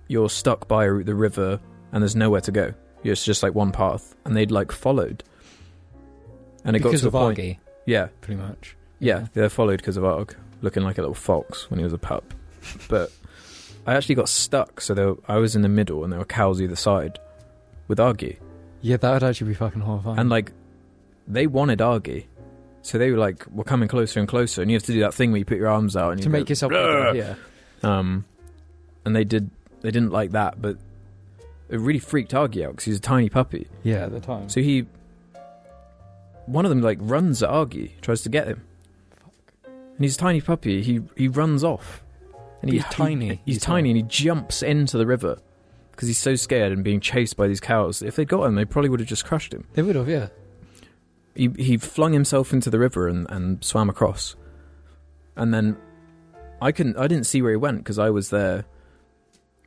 Speaker 4: you're stuck by the river and there's nowhere to go. It's just like one path, and they'd like followed, and it got
Speaker 3: because
Speaker 4: to the
Speaker 3: of
Speaker 4: point.
Speaker 3: Argy,
Speaker 4: Yeah,
Speaker 3: pretty much.
Speaker 4: Yeah,
Speaker 3: Yeah.
Speaker 4: they're followed because of Arg, looking like a little fox when he was a pup. But I actually got stuck, so there, I was in the middle, and there were cows either side with Argy,
Speaker 3: Yeah, that would actually be fucking horrifying.
Speaker 4: and like they wanted Argy, so they were like, "We're coming closer and closer," and you have to do that thing where you put your arms out and
Speaker 3: to
Speaker 4: you
Speaker 3: make
Speaker 4: go,
Speaker 3: yourself
Speaker 4: "Rah!"
Speaker 3: yeah.
Speaker 4: Um, and they did. They didn't like that, but it really freaked Argy out because he's a tiny puppy.
Speaker 3: Yeah, at the time.
Speaker 4: So he, one of them like runs at Argy, tries to get him, and he's a tiny puppy. He he runs off, and
Speaker 3: He's
Speaker 4: he-
Speaker 3: tiny,
Speaker 4: He's,
Speaker 3: he's
Speaker 4: tiny, and he jumps into the river because he's so scared and being chased by these cows. If they'd got him, they probably would have just crushed him.
Speaker 3: they would have, yeah.
Speaker 4: He he flung himself into the river and and swam across, and then I couldn't I didn't see where he went because I was there.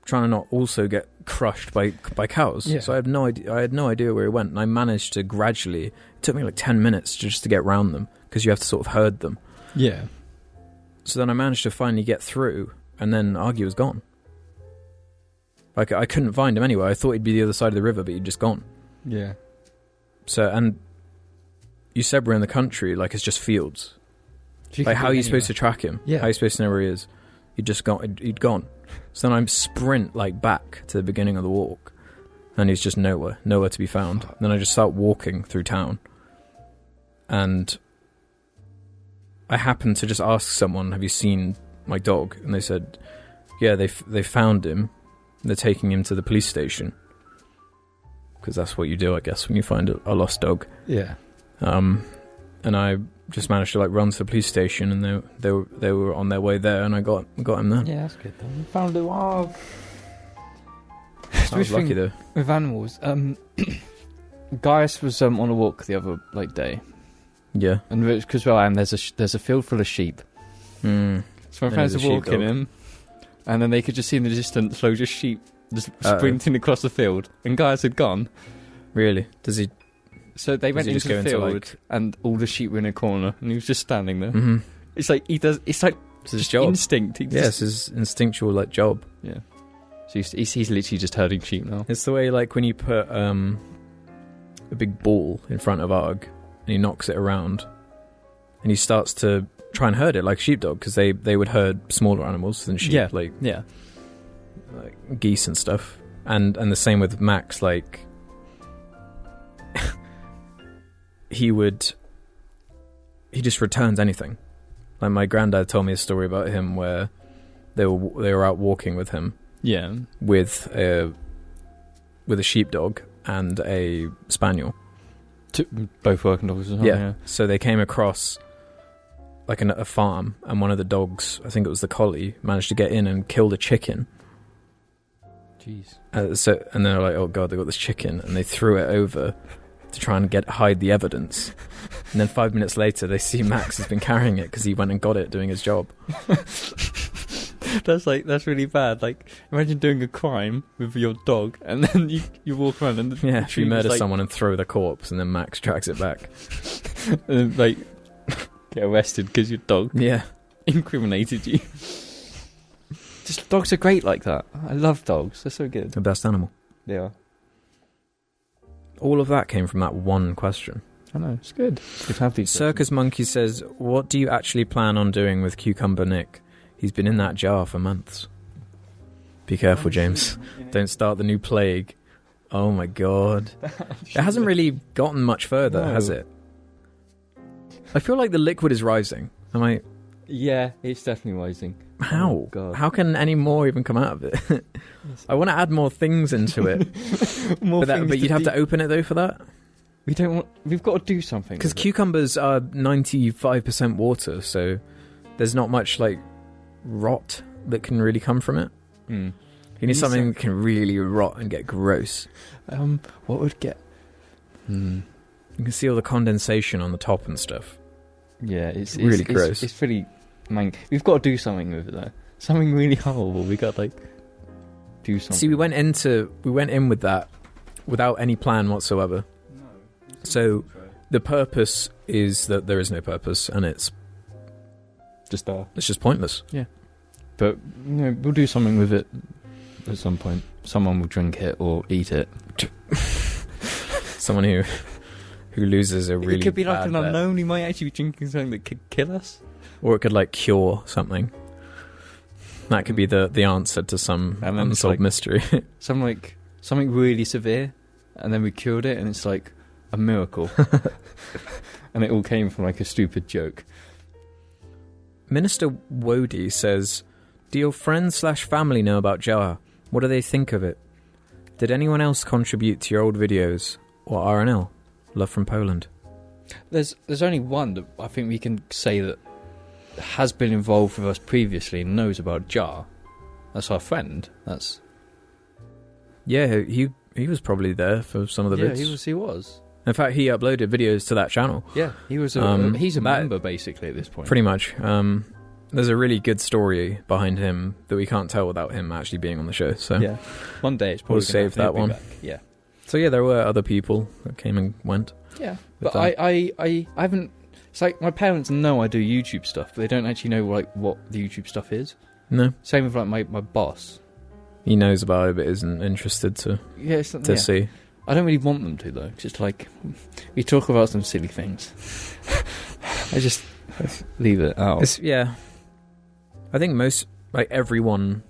Speaker 4: Trying to not also get crushed by by cows,
Speaker 3: Yeah.
Speaker 4: so I have no idea. I had no idea where he went, and I managed to gradually. It took me like ten minutes just to get round them because you have to sort of herd them.
Speaker 3: Yeah.
Speaker 4: So then I managed to finally get through, and then Argy was gone. Like I couldn't find him anywhere. I thought he'd be the other side of the river, but he'd just gone.
Speaker 3: Yeah.
Speaker 4: So and you said we're in the country, like it's just fields. Like how are you supposed to track him?
Speaker 3: Yeah.
Speaker 4: How are you supposed to know where he is? He'd just gone. He'd, he'd gone. So then I sprint like back to the beginning of the walk, and he's just nowhere, nowhere to be found. Then I just start walking through town, and I happened to just ask someone, "Have you seen my dog?" And they said, "Yeah, they f- they found him. They're taking him to the police station." Because that's what you do, I guess, when you find a, a lost dog
Speaker 3: Yeah.
Speaker 4: um, and I just managed to like run to the police station, and they they were they were on their way there, and I got got him there.
Speaker 3: Yeah, that's good. Then. We found a wild.
Speaker 4: I was lucky though.
Speaker 3: with animals. Um, Gaius was um, on a walk the other like day,
Speaker 4: Yeah.
Speaker 3: and because where I am, there's a sh- there's a field full of sheep.
Speaker 4: Mm.
Speaker 3: So my
Speaker 4: And
Speaker 3: friends
Speaker 4: there's
Speaker 3: were
Speaker 4: a
Speaker 3: walking
Speaker 4: sheepdog.
Speaker 3: in, and then they could just see in the distance loads of sheep just
Speaker 4: Uh-oh.
Speaker 3: sprinting across the field, and Gaius had gone.
Speaker 4: Really? Does he?
Speaker 3: So they
Speaker 4: Does
Speaker 3: went
Speaker 4: he
Speaker 3: into
Speaker 4: just
Speaker 3: the
Speaker 4: go
Speaker 3: field,
Speaker 4: into, like-
Speaker 3: and all the sheep were in a corner, and he was just standing there.
Speaker 4: Mm-hmm.
Speaker 3: It's like he does. It's like
Speaker 4: It's his
Speaker 3: just
Speaker 4: job.
Speaker 3: instinct. He
Speaker 4: yeah,
Speaker 3: just-
Speaker 4: it's his instinctual like job.
Speaker 3: yeah. So he's, he's he's literally just herding sheep now.
Speaker 4: It's the way like when you put um a big ball in front of Arg, and he knocks it around, and he starts to try and herd it like a sheepdog because they they would herd smaller animals than sheep.
Speaker 3: Yeah.
Speaker 4: Like
Speaker 3: Yeah.
Speaker 4: like geese and stuff, and and the same with Max. Like he would, he just returns anything. Like my granddad told me a story about him where they were they were out walking with him
Speaker 3: Yeah.
Speaker 4: with a with a sheepdog and a spaniel.
Speaker 3: Two- both working dogs. as well,
Speaker 4: yeah. So they came across like an, a farm, and one of the dogs, I think it was the collie, managed to get in and killed a chicken.
Speaker 3: Jeez.
Speaker 4: Uh, so and they're like, "Oh god, they got this chicken," and they threw it over to try and get hide the evidence. And then five minutes later, they see Max has been carrying it because he went and got it doing his job.
Speaker 3: That's like that's really bad. Like imagine doing a crime with your dog, and then you, you walk around and the
Speaker 4: Yeah, if you
Speaker 3: tree was,
Speaker 4: murder
Speaker 3: like,
Speaker 4: someone and throw the corpse, and then Max tracks it back.
Speaker 3: and then, uh, like get arrested because your dog
Speaker 4: Yeah,
Speaker 3: incriminated you. Just dogs are great like that. I love dogs. They're so good.
Speaker 4: the best animal.
Speaker 3: They are.
Speaker 4: All of that came from that one question.
Speaker 3: I know it's good. You have these
Speaker 4: Circus Monkey says, "What do you actually plan on doing with Cucumber Nick? He's been in that jar for months." Be careful, James. Don't start the new plague. Oh my god. It hasn't really gotten much further,
Speaker 3: No.
Speaker 4: has it? I feel like the liquid is rising. Am I?
Speaker 3: Yeah, it's definitely rising.
Speaker 4: How?
Speaker 3: Oh, God.
Speaker 4: How can any more even come out of it? I want to add more things into it,
Speaker 3: More
Speaker 4: but, that,
Speaker 3: things
Speaker 4: but you'd have
Speaker 3: do-
Speaker 4: to open it though for that.
Speaker 3: We don't want. We've got to do something.
Speaker 4: Because
Speaker 3: with it.
Speaker 4: cucumbers are ninety-five percent water, so there's not much like rot that can really come from it.
Speaker 3: Hmm.
Speaker 4: You
Speaker 3: You
Speaker 4: need something
Speaker 3: said-
Speaker 4: that can really rot and get gross.
Speaker 3: Um, what would get? Hmm.
Speaker 4: You can see all the condensation on the top and stuff.
Speaker 3: Yeah, it's, it's
Speaker 4: Really
Speaker 3: it's-
Speaker 4: gross.
Speaker 3: It's pretty. Mank. We've got to do something with it though. Something really horrible. We got to, like do something.
Speaker 4: See, we went into we went in with that without any plan whatsoever. So the purpose is that there is no purpose, and it's
Speaker 3: just uh,
Speaker 4: it's just pointless.
Speaker 3: but you know, we'll do something with it at some point. Someone will drink it or eat it.
Speaker 4: Someone who who loses a really
Speaker 3: it could be like
Speaker 4: bad
Speaker 3: an
Speaker 4: bet.
Speaker 3: unknown. We might actually be drinking something that could kill us.
Speaker 4: or it could like cure something. That could be the the answer to some
Speaker 3: And then it's
Speaker 4: unsolved
Speaker 3: like-
Speaker 4: mystery.
Speaker 3: Some like something really severe, and then we cured it, and it's like a miracle. and it all came from like a stupid joke.
Speaker 4: Minister Wodi says, "Do your friends slash family know about Jar? What do they think of it? Did anyone else contribute to your old videos or RNL? Love from Poland.
Speaker 3: There's there's only one that I think we can say that has been involved with us previously and knows about Jar. That's our friend. That's
Speaker 4: Yeah, he he was probably there for some of the
Speaker 3: yeah,
Speaker 4: vids.
Speaker 3: he was. He was.
Speaker 4: In fact, he uploaded videos to that channel,
Speaker 3: Yeah, he was. A,
Speaker 4: Um,
Speaker 3: he's a
Speaker 4: that-
Speaker 3: member basically at this point.
Speaker 4: pretty much. Um, there's a really good story behind him that we can't tell without him actually being on the show. So
Speaker 3: Yeah. One day it's probably
Speaker 4: We'll
Speaker 3: gonna
Speaker 4: save
Speaker 3: happen. He'll
Speaker 4: that
Speaker 3: be
Speaker 4: one.
Speaker 3: back. Yeah.
Speaker 4: So yeah, there were other people that came and went.
Speaker 3: Yeah,
Speaker 4: with
Speaker 3: but I, I, I, I haven't. It's like my parents know I do YouTube stuff, but they don't actually know like what the YouTube stuff is.
Speaker 4: No,
Speaker 3: Same with like my, my boss.
Speaker 4: he knows about it, but isn't interested to
Speaker 3: Yeah, it's not,
Speaker 4: to
Speaker 3: yeah.
Speaker 4: see.
Speaker 3: I don't really want them to though. 'cause it's like we talk about some silly things. I just leave it out.
Speaker 4: It's- yeah, I think most like everyone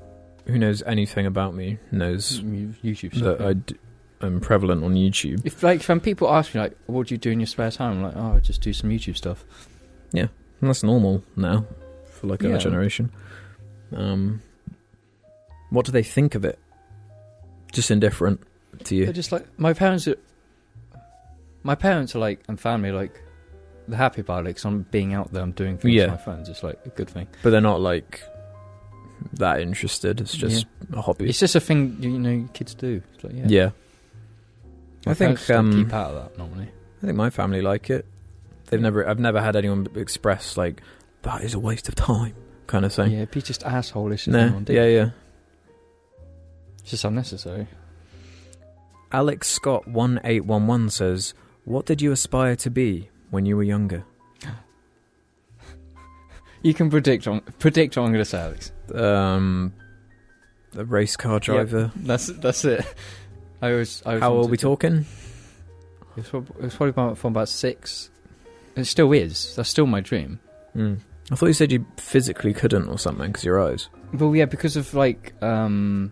Speaker 4: who knows anything about me knows
Speaker 3: YouTube stuff.
Speaker 4: that I d- I'm prevalent on YouTube.
Speaker 3: if like when people ask me like, "What do you do in your spare time?" I'm like, "Oh, I just do some YouTube stuff."
Speaker 4: And that's normal now for like
Speaker 3: Yeah.
Speaker 4: our generation. Um, what do they think of it? Just indifferent to you.
Speaker 3: They're just like my parents are. My parents are like, and family are like, they're happy about it 'cause I'm being out there. I'm doing things
Speaker 4: Yeah.
Speaker 3: with my friends. It's like a good thing.
Speaker 4: but they're not like that interested. It's just a hobby.
Speaker 3: It's just a thing you you know kids do. It's like, yeah.
Speaker 4: yeah.
Speaker 3: My
Speaker 4: I think,
Speaker 3: parents still
Speaker 4: um,
Speaker 3: keep out of that normally.
Speaker 4: I think my family like it. They've never, I've never had anyone b- express like that is a waste of time kind of thing.
Speaker 3: yeah, it'd be just assholeish. if
Speaker 4: no,
Speaker 3: anyone did.
Speaker 4: yeah, yeah.
Speaker 3: It's just unnecessary.
Speaker 4: Alex Scott one eight one one says, "What did you aspire to be when you were younger?"
Speaker 3: You can predict on predict what I'm going to say, Alex.
Speaker 4: Um, a race car driver.
Speaker 3: That's that's it. I was. I was
Speaker 4: How are
Speaker 3: wanted
Speaker 4: we
Speaker 3: to-
Speaker 4: talking?
Speaker 3: It's prob- it's probably about, from about six. It still is. That's still my dream.
Speaker 4: Mm. I thought you said you physically couldn't or something because your eyes.
Speaker 3: Well, yeah, because of like um,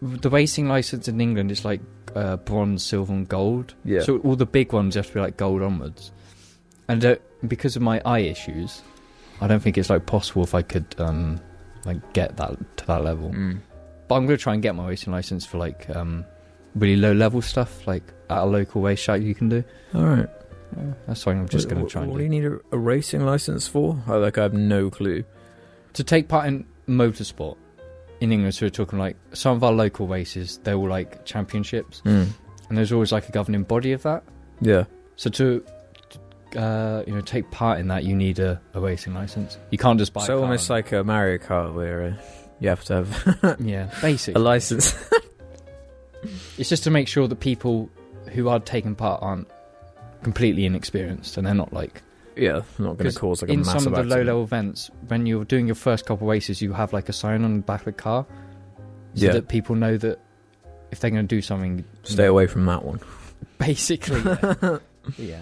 Speaker 3: the racing license in England is like uh, bronze, silver, and gold.
Speaker 4: Yeah.
Speaker 3: So all the big ones have to be like gold onwards. And uh, because of my eye issues, I don't think it's like possible if I could um, like get that to that level.
Speaker 4: Mm.
Speaker 3: But I'm gonna try and get my racing license for like um, really low level stuff, like at a local race track you can do.
Speaker 4: All right.
Speaker 3: That's something I'm just
Speaker 4: What-
Speaker 3: gonna
Speaker 4: what-
Speaker 3: try and
Speaker 4: What
Speaker 3: do.
Speaker 4: do you need a, a racing license for? I, like I have no clue.
Speaker 3: to take part in motorsport in England. So we're talking like some of our local races, they're all like championships,
Speaker 4: Mm.
Speaker 3: and there's always like a governing body of that.
Speaker 4: Yeah.
Speaker 3: So to uh, you know take part in that, you need a, a racing license. You can't just buy. a
Speaker 4: So
Speaker 3: car
Speaker 4: almost
Speaker 3: and-
Speaker 4: like a Mario Kart where uh, you have to have
Speaker 3: yeah,
Speaker 4: a
Speaker 3: basically,
Speaker 4: license.
Speaker 3: it's just to make sure that people who are taking part aren't completely inexperienced and they're not like
Speaker 4: Yeah, I'm not going
Speaker 3: 'Cause
Speaker 4: to cause like a
Speaker 3: in
Speaker 4: massive
Speaker 3: some of the low
Speaker 4: accident.
Speaker 3: level events when you're doing your first couple races you have like a sign on the back of the car so
Speaker 4: Yeah.
Speaker 3: that people know that if they're going to do something
Speaker 4: Stay away from that one.
Speaker 3: basically. Yeah. Yeah.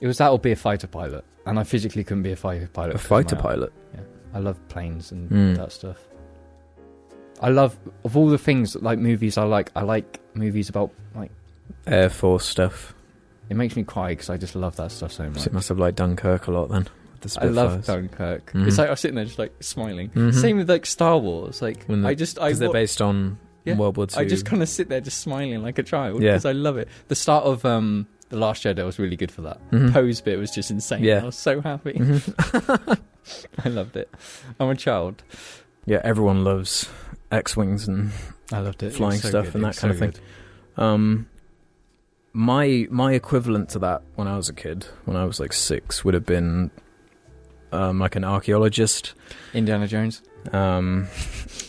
Speaker 3: It was that or be a fighter pilot, and I physically couldn't be a fighter pilot.
Speaker 4: A Hmm.
Speaker 3: because of my uh,
Speaker 4: fighter
Speaker 3: eye.
Speaker 4: pilot.
Speaker 3: I love planes and
Speaker 4: Mm.
Speaker 3: that stuff. I love of all the things like movies I like. I like movies about like
Speaker 4: Air Force stuff.
Speaker 3: it makes me cry because I just love that stuff so much.
Speaker 4: So it must have liked Dunkirk a lot then. with the
Speaker 3: I love
Speaker 4: Spitfires.
Speaker 3: Dunkirk.
Speaker 4: Mhm.
Speaker 3: It's like I'm sitting there just like smiling.
Speaker 4: Mhm.
Speaker 3: Same with like Star Wars. Like
Speaker 4: When the-
Speaker 3: I just I
Speaker 4: because they're
Speaker 3: wa-
Speaker 4: based on
Speaker 3: Yeah,
Speaker 4: World War Two.
Speaker 3: I just kind of sit there just smiling like a child
Speaker 4: Yeah.
Speaker 3: because I love it. The start of um the Last Jedi was really good for that.
Speaker 4: Mhm.
Speaker 3: Pose bit was just insane.
Speaker 4: Yeah.
Speaker 3: I was so happy.
Speaker 4: Mhm.
Speaker 3: I loved it. I'm a child.
Speaker 4: yeah, everyone loves X wings and
Speaker 3: I loved it. It was
Speaker 4: Flying
Speaker 3: so
Speaker 4: stuff
Speaker 3: good.
Speaker 4: and
Speaker 3: It
Speaker 4: that
Speaker 3: was
Speaker 4: kind of
Speaker 3: so
Speaker 4: thing.
Speaker 3: good.
Speaker 4: Um, my my equivalent to that when I was a kid, when I was like six, would have been um, like an archaeologist.
Speaker 3: Indiana Jones.
Speaker 4: Um,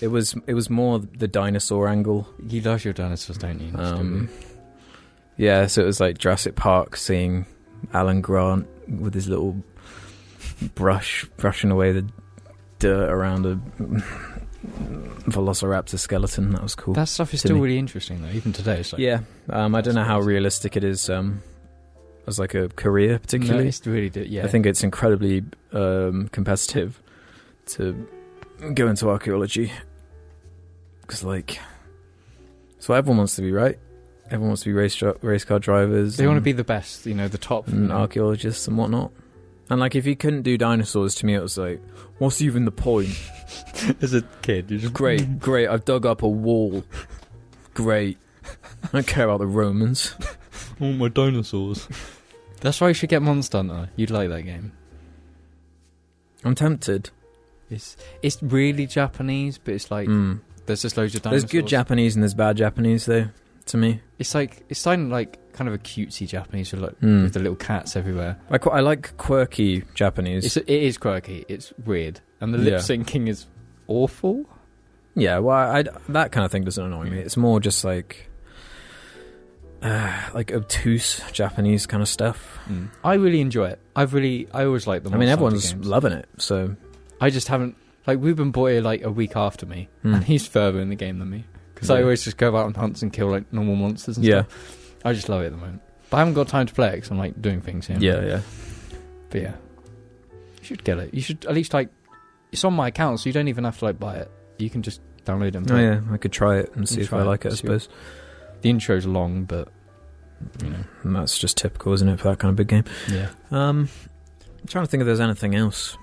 Speaker 4: it was it was more the dinosaur angle.
Speaker 3: You love your dinosaurs, don't you? That's
Speaker 4: Um, yeah, so it was like Jurassic Park, seeing Alan Grant with his little brush brushing away the dirt around a velociraptor skeleton. That was cool.
Speaker 3: That stuff is
Speaker 4: to
Speaker 3: still
Speaker 4: me.
Speaker 3: really interesting, though. Even today, it's like
Speaker 4: yeah, um, I don't know how
Speaker 3: That's-
Speaker 4: realistic it is um, as like a career, particularly.
Speaker 3: No, it's really do- yeah.
Speaker 4: I think it's incredibly um, competitive to go into archaeology because, like, so everyone wants to be right. Everyone wants to be race dri- race car drivers.
Speaker 3: they want to
Speaker 4: and-
Speaker 3: be the best. You know, the top.
Speaker 4: and archaeologists and whatnot. And like, if you couldn't do dinosaurs, to me, it was like, what's even the point?
Speaker 3: As a kid, you're just
Speaker 4: Great, great. I've dug up a wall. Great. I don't care about the Romans.
Speaker 3: all my dinosaurs. That's why you should get Monster Hunter. You'd like that game.
Speaker 4: I'm tempted.
Speaker 3: It's it's really Japanese, but it's like
Speaker 4: Mm.
Speaker 3: there's just loads of dinosaurs.
Speaker 4: There's good Japanese and there's bad Japanese, though. To me,
Speaker 3: It's like it's kind of like kind of a cutesy Japanese with like
Speaker 4: Mm.
Speaker 3: with the little cats everywhere.
Speaker 4: I, qu- I like quirky Japanese.
Speaker 3: It's it is quirky. It's weird, and the lip
Speaker 4: Yeah.
Speaker 3: syncing is awful.
Speaker 4: Yeah, well, I, I- that kind of thing doesn't annoy me. It's more just like, uh, like obtuse Japanese kind of stuff.
Speaker 3: I really enjoy it. I've really I always like the.
Speaker 4: Hmm. I mean,
Speaker 3: Monster Hunter
Speaker 4: everyone's
Speaker 3: games.
Speaker 4: loving it, so
Speaker 3: I just haven't like Ruben bought it like a week after me,
Speaker 4: Hmm.
Speaker 3: and he's further in the game than me because I
Speaker 4: Yeah.
Speaker 3: always just go out on hunts and kill like normal monsters. and
Speaker 4: Yeah.
Speaker 3: stuff. I just love it at the moment, but I haven't got time to play it because I'm like doing things here.
Speaker 4: yeah, yeah.
Speaker 3: but yeah, you should get it. You should at least like it's on my account, so you don't even have to like buy it. You can just download it. And
Speaker 4: Oh
Speaker 3: play it.
Speaker 4: yeah, I could try it and see
Speaker 3: You
Speaker 4: if
Speaker 3: try
Speaker 4: I
Speaker 3: it,
Speaker 4: like it. I
Speaker 3: see what-
Speaker 4: suppose
Speaker 3: The intro's long, but you know,
Speaker 4: and that's just typical, isn't it, for that kind of big game?
Speaker 3: yeah.
Speaker 4: Um, I'm trying to think if there's anything else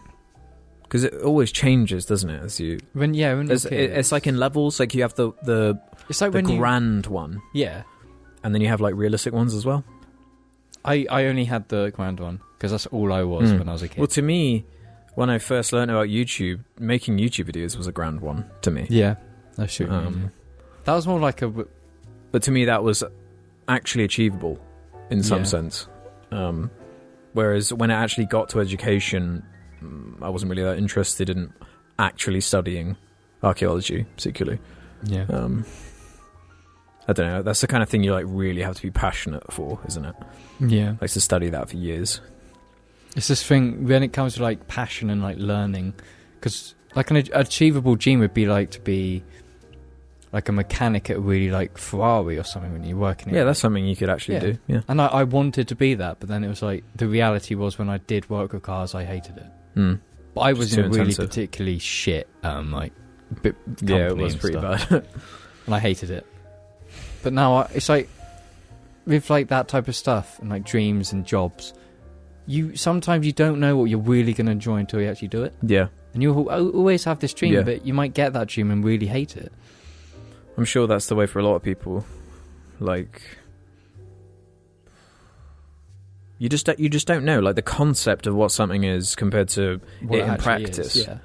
Speaker 4: because it always changes, doesn't it? As you,
Speaker 3: When yeah, when you're
Speaker 4: it's,
Speaker 3: a
Speaker 4: it,
Speaker 3: kid,
Speaker 4: it's like in levels. Like you have the the,
Speaker 3: it's like
Speaker 4: the
Speaker 3: when you
Speaker 4: grand one,
Speaker 3: yeah.
Speaker 4: and then you have like realistic ones as well.
Speaker 3: I, I only had the grand one because that's all I was
Speaker 4: Hmm.
Speaker 3: when I was a kid.
Speaker 4: Well, to me, when I first learned about YouTube, making YouTube videos was a grand one to me.
Speaker 3: yeah, that's true.
Speaker 4: Um,
Speaker 3: that was more like a w-
Speaker 4: But to me, that was actually achievable in some
Speaker 3: Yeah.
Speaker 4: sense. Um, whereas when I actually got to education, mm, I wasn't really that interested in actually studying archaeology, particularly.
Speaker 3: yeah.
Speaker 4: Um, I don't know. That's the kind of thing you like really have to be passionate for, isn't it?
Speaker 3: Yeah.
Speaker 4: Like to study that for years.
Speaker 3: It's this thing when it comes to like passion and like learning, because like an ach- achievable dream would be like to be like a mechanic at a really like Ferrari or something when you're working. it.
Speaker 4: Yeah, that's something you could actually
Speaker 3: Yeah.
Speaker 4: do. Yeah.
Speaker 3: And I, I wanted to be that, but then it was like the reality was when I did work with cars, I hated it.
Speaker 4: Mm.
Speaker 3: But I
Speaker 4: Just
Speaker 3: was
Speaker 4: too
Speaker 3: in a really
Speaker 4: intensive.
Speaker 3: particularly shit um like bit
Speaker 4: Yeah, it
Speaker 3: company
Speaker 4: was
Speaker 3: and
Speaker 4: pretty
Speaker 3: stuff.
Speaker 4: bad.
Speaker 3: and I hated it. But now I, it's like with like that type of stuff and like dreams and jobs, you sometimes you don't know what you're really going to enjoy until you actually do it,
Speaker 4: yeah.
Speaker 3: and you'll al- always have this dream,
Speaker 4: Yeah.
Speaker 3: but you might get that dream and really hate it.
Speaker 4: I'm sure that's the way for a lot of people. Like you just don't- you just don't know like the concept of what something is compared to
Speaker 3: What
Speaker 4: It in
Speaker 3: actually is.
Speaker 4: practice.
Speaker 3: yeah,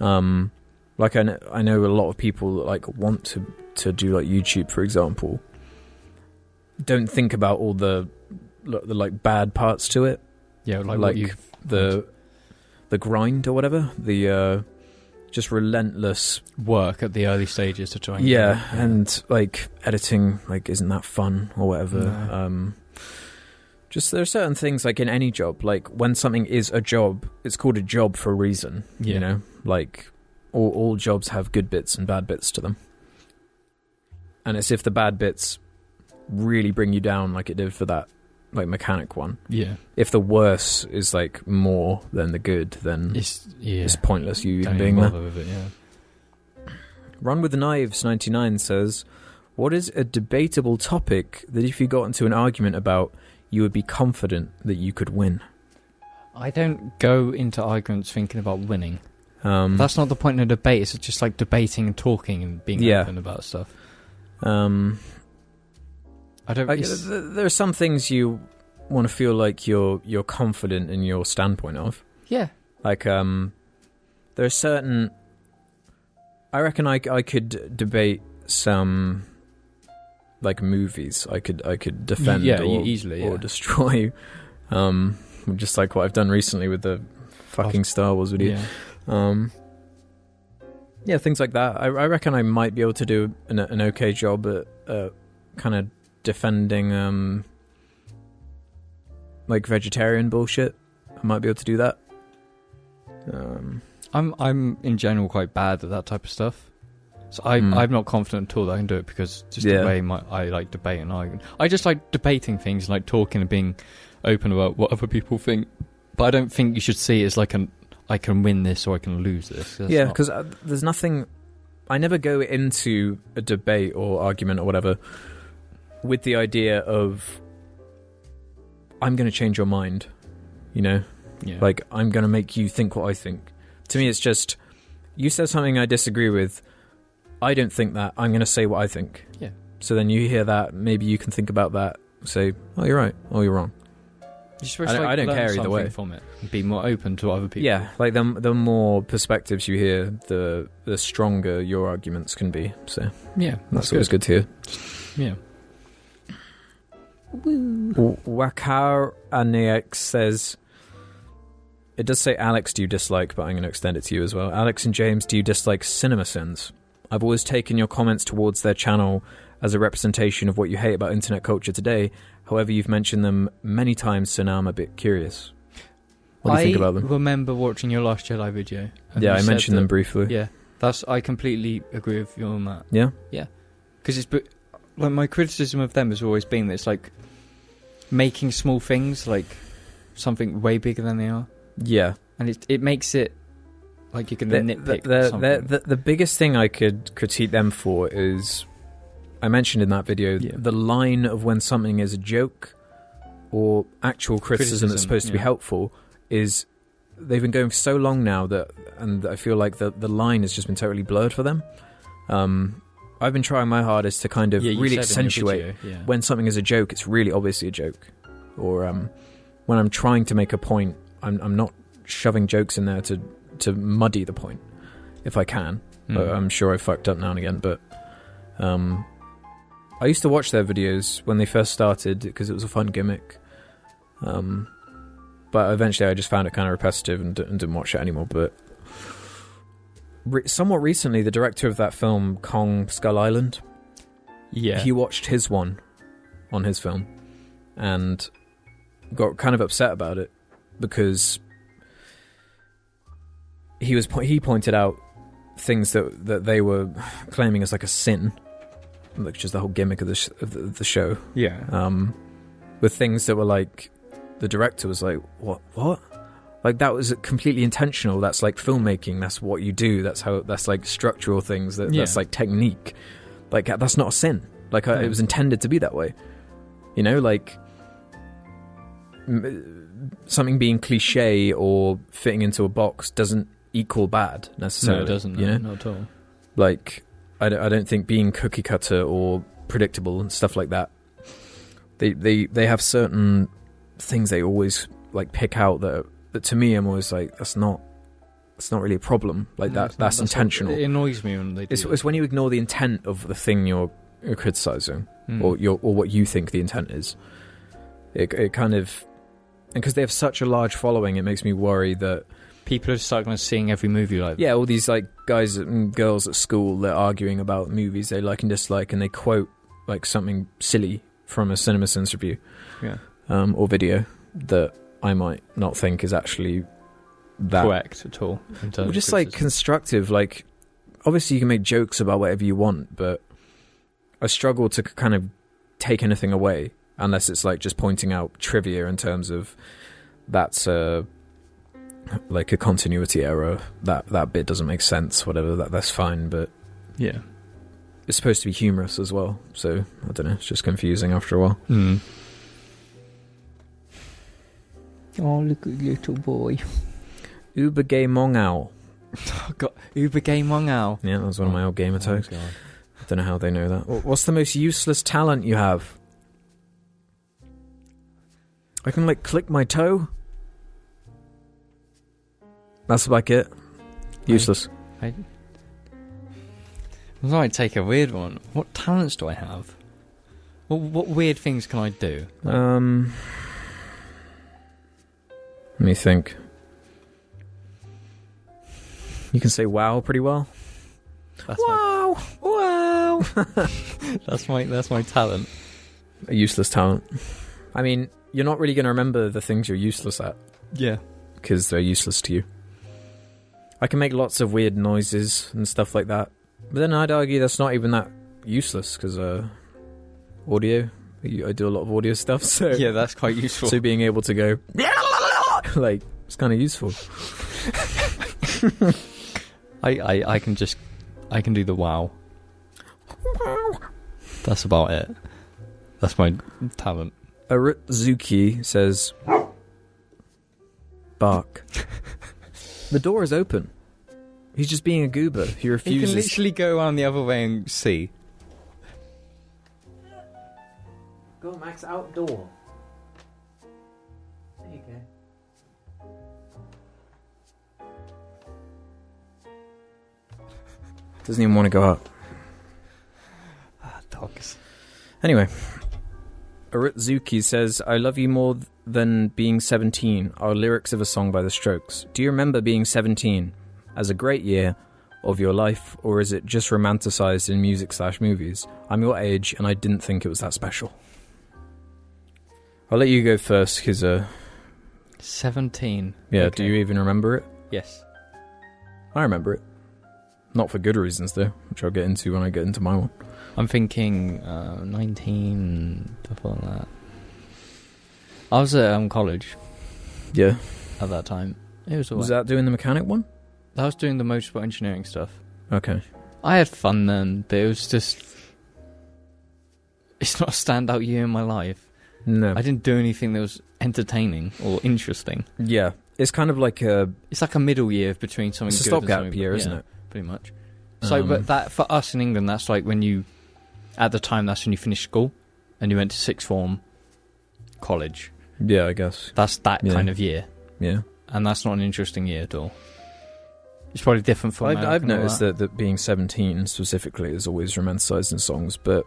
Speaker 4: um like I know, I know a lot of people that like want to to do like YouTube for example don't think about all the lo- the like bad parts to it
Speaker 3: yeah, like,
Speaker 4: Like
Speaker 3: what you
Speaker 4: the the grind or whatever the uh just relentless
Speaker 3: work at the early stages to try. And
Speaker 4: yeah, and like editing like isn't that fun or whatever
Speaker 3: No.
Speaker 4: um just there are certain things like in any job like when something is a job it's called a job for a reason
Speaker 3: Yeah.
Speaker 4: you know like all, all jobs have good bits and bad bits to them and it's if the bad bits really bring you down like it did for that like mechanic one
Speaker 3: yeah,
Speaker 4: if the worse is like more than the good then
Speaker 3: it's yeah,
Speaker 4: it's pointless you even
Speaker 3: Don't
Speaker 4: being there
Speaker 3: bother with it, yeah.
Speaker 4: Run with Knives 99 says, What is a debatable topic that if you got into an argument about, you would be confident that you could win?
Speaker 3: I don't go into arguments thinking about winning.
Speaker 4: Um,
Speaker 3: That's not the point of debate. It's just like debating and talking and being
Speaker 4: Yeah.
Speaker 3: open about stuff.
Speaker 4: um,
Speaker 3: I don't.
Speaker 4: I,
Speaker 3: it's-
Speaker 4: th- there are some things you want to feel like you're you're confident in your standpoint of.
Speaker 3: yeah.
Speaker 4: Like, um, there are certain. I reckon I, c- I could debate some, like movies. I could I could defend
Speaker 3: yeah,
Speaker 4: or,
Speaker 3: you easily.
Speaker 4: or
Speaker 3: yeah.
Speaker 4: destroy. Um, just like what I've done recently with the fucking Star Wars video.
Speaker 3: Yeah.
Speaker 4: Um, yeah, things like that. I, I reckon I might be able to do an, an okay job at uh, kind of defending um, like vegetarian bullshit. I might be able to do that. Um,
Speaker 3: I'm I'm in general quite bad at that type of stuff. So I,
Speaker 4: Hmm.
Speaker 3: I'm not confident at all that I can do it because just
Speaker 4: Yeah.
Speaker 3: the way my, I like debate and arguing. I just like debating things and like talking and being open about what other people think. But I don't think you should see it as like an I can win this or I can lose this. That's
Speaker 4: yeah,
Speaker 3: not-
Speaker 4: because there's nothing. I never go into a debate or argument or whatever with the idea of I'm going to change your mind. You know,
Speaker 3: yeah.
Speaker 4: Like, I'm going to make you think what I think. To me, it's just, you said something I disagree with. I don't think that. I'm going to say what I think.
Speaker 3: Yeah.
Speaker 4: So then you hear that. Maybe you can think about that. Say, oh, you're right. Oh, you're wrong.
Speaker 3: You're supposed
Speaker 4: I
Speaker 3: to,
Speaker 4: don't-
Speaker 3: like,
Speaker 4: I don't
Speaker 3: learn
Speaker 4: care either
Speaker 3: something
Speaker 4: way.
Speaker 3: from it. and Be more open to other people.
Speaker 4: Yeah. Like, the, the more perspectives you hear, the the stronger your arguments can be. So that's,
Speaker 3: yeah, that's,
Speaker 4: always
Speaker 3: good.
Speaker 4: good to hear.
Speaker 3: Yeah,
Speaker 4: W- Wakar Anex says, it does say Alex, do you dislike, but I'm going to extend it to you as well. Alex and James, do you dislike CinemaSins? I've always taken your comments towards their channel as a representation of what you hate about internet culture today. However, you've mentioned them many times, so now I'm a bit curious. What do you think
Speaker 3: I
Speaker 4: about them?
Speaker 3: remember watching your last Jedi video. and
Speaker 4: Yeah,
Speaker 3: you
Speaker 4: I
Speaker 3: said
Speaker 4: mentioned
Speaker 3: that-
Speaker 4: them briefly.
Speaker 3: Yeah, that's I completely agree with you on that.
Speaker 4: Yeah?
Speaker 3: because it's bu- like my criticism of them has always been that it's like making small things like something way bigger than they are,
Speaker 4: Yeah.
Speaker 3: and it it makes it like you can
Speaker 4: the,
Speaker 3: nitpick
Speaker 4: the- the-
Speaker 3: something.
Speaker 4: the- the biggest thing I could critique them for is I mentioned in that video
Speaker 3: Yeah.
Speaker 4: the line of when something is a joke or actual criticism, that's
Speaker 3: Criticism,
Speaker 4: supposed to be
Speaker 3: yeah.
Speaker 4: helpful is they've been going for so long now that and I feel like the the line has just been totally blurred for them. Um, I've been trying my hardest to kind of
Speaker 3: Yeah, you
Speaker 4: really
Speaker 3: said in your
Speaker 4: accentuate
Speaker 3: video, yeah.
Speaker 4: when something is a joke, it's really obviously a joke. Or um, when I'm trying to make a point, I'm, I'm not shoving jokes in there to, to muddy the point, if I can. But um,
Speaker 3: Mm.
Speaker 4: I'm sure I fucked up now and again. But um, I used to watch their videos when they first started because it was a fun gimmick. Um, but eventually, I just found it kind of repetitive and, d- and didn't watch it anymore. But re- somewhat recently, the director of that film, Kong Skull Island,
Speaker 3: yeah,
Speaker 4: he watched his one on his film and got kind of upset about it because he was po- he pointed out things that that they were claiming as like a sin which is the whole gimmick of the sh- of the, the show
Speaker 3: yeah,
Speaker 4: um with things that were like the director was like what what like that was completely intentional that's like filmmaking that's what you do that's how that's like structural things that, that's
Speaker 3: Yeah.
Speaker 4: like technique like that's not a sin like I, it
Speaker 3: No.
Speaker 4: was intended to be that way you know like m- something being cliche or fitting into a box doesn't equal bad
Speaker 3: no,
Speaker 4: necessarily
Speaker 3: it doesn't, no,
Speaker 4: you know?
Speaker 3: not at all.
Speaker 4: like I don't, I don't think being cookie cutter or predictable and stuff like that they they they have certain things they always like pick out that that to me I'm always like that's not that's not really a problem like
Speaker 3: No,
Speaker 4: that
Speaker 3: it's Mm, not-
Speaker 4: that's,
Speaker 3: what-
Speaker 4: intentional
Speaker 3: It annoys me when they do.
Speaker 4: it's,
Speaker 3: that.
Speaker 4: it's when you ignore the intent of the thing you're, you're criticizing
Speaker 3: Mm.
Speaker 4: or your or what you think the intent is. It it kind of and because they have such a large following, it makes me worry that
Speaker 3: people are stuck on seeing every movie like that.
Speaker 4: yeah, all these like guys and girls at school they're arguing about movies they like and dislike, and they quote like something silly from a CinemaSins review,
Speaker 3: Yeah.
Speaker 4: um, or video that I might not think is actually that
Speaker 3: correct at all. In terms
Speaker 4: well,
Speaker 3: of
Speaker 4: just like
Speaker 3: criticism.
Speaker 4: constructive. Like, obviously, you can make jokes about whatever you want, but I struggle to k- kind of take anything away unless it's like just pointing out trivia in terms of that's a like a continuity error. That that bit doesn't make sense. Whatever. That that's fine, but
Speaker 3: Yeah.
Speaker 4: It's supposed to be humorous as well, so I don't know. It's just confusing after a while.
Speaker 3: Mm.
Speaker 5: Oh, look at little boy.
Speaker 4: Uber gay mong owl.
Speaker 3: Oh, God. Uber Gay Mong Owl.
Speaker 4: Yeah, that was one of my old gamer
Speaker 3: Oh,
Speaker 4: tags.
Speaker 3: God.
Speaker 4: I don't know how they know that. Wh- What's the most useless talent you have? I can like click my toe. That's like it. Useless.
Speaker 3: I might take a weird one. What talents do I have? What, what weird things can I do?
Speaker 4: Um. Let me think. You can say wow pretty well.
Speaker 3: That's
Speaker 4: Wow! Wow!
Speaker 3: my that's my that's my talent.
Speaker 4: A useless talent. I mean, you're not really going to remember the things you're useless at
Speaker 3: Yeah.
Speaker 4: because they're useless to you. I can make lots of weird noises and stuff like that. But then I'd argue that's not even that useless because uh, audio. you- I do a lot of audio stuff, so
Speaker 3: Yeah, that's quite useful.
Speaker 4: so being able to go like it's kind of useful.
Speaker 3: I, I I can just I can do the wow. That's about it. That's my talent.
Speaker 4: Arutzuki says, "Bark." the door is open. He's just being a goober. He
Speaker 3: You can
Speaker 4: refuses.
Speaker 3: literally go around the other way and see.
Speaker 1: Go, Max, outdoor. There you go.
Speaker 4: Doesn't even want to go up.
Speaker 3: Dogs.
Speaker 4: Anyway, Arutzuki says, I love you more th- than being 17 are lyrics of a song by The Strokes. Do you remember being 17 as a great year of your life, or is it just romanticized in music slash movies? I'm your age, and I didn't think it was that special. I'll let you go first, because, uh,
Speaker 3: Seventeen.
Speaker 4: yeah,
Speaker 3: Okay.
Speaker 4: do you even remember it?
Speaker 3: Yes.
Speaker 4: I remember it. Not for good reasons, though, which I'll get into when I get into my one.
Speaker 3: I'm thinking uh, nineteen before that. I was at um, college
Speaker 4: Yeah.
Speaker 3: at that time. It was all
Speaker 4: Was
Speaker 3: right.
Speaker 4: that doing the mechanic one?
Speaker 3: I was doing the motorsport engineering stuff.
Speaker 4: Okay.
Speaker 3: I had fun then, but it was just. It's not a standout year in my life.
Speaker 4: No.
Speaker 3: I didn't do anything that was entertaining or interesting.
Speaker 4: yeah. It's kind of like a
Speaker 3: It's like a middle year between something
Speaker 4: It's a
Speaker 3: good and
Speaker 4: stopgap
Speaker 3: something,
Speaker 4: year, isn't
Speaker 3: yeah,
Speaker 4: it?
Speaker 3: Pretty much. So,
Speaker 4: Um,
Speaker 3: but that for us in England, that's like when you, at the time, that's when you finished school, and you went to sixth form, college.
Speaker 4: Yeah, I guess.
Speaker 3: That's that
Speaker 4: Yeah.
Speaker 3: kind of year,
Speaker 4: Yeah,
Speaker 3: and that's not an interesting year at all. It's probably different for.
Speaker 4: I've, I've noticed that. that being seventeen specifically is always romanticized in songs, but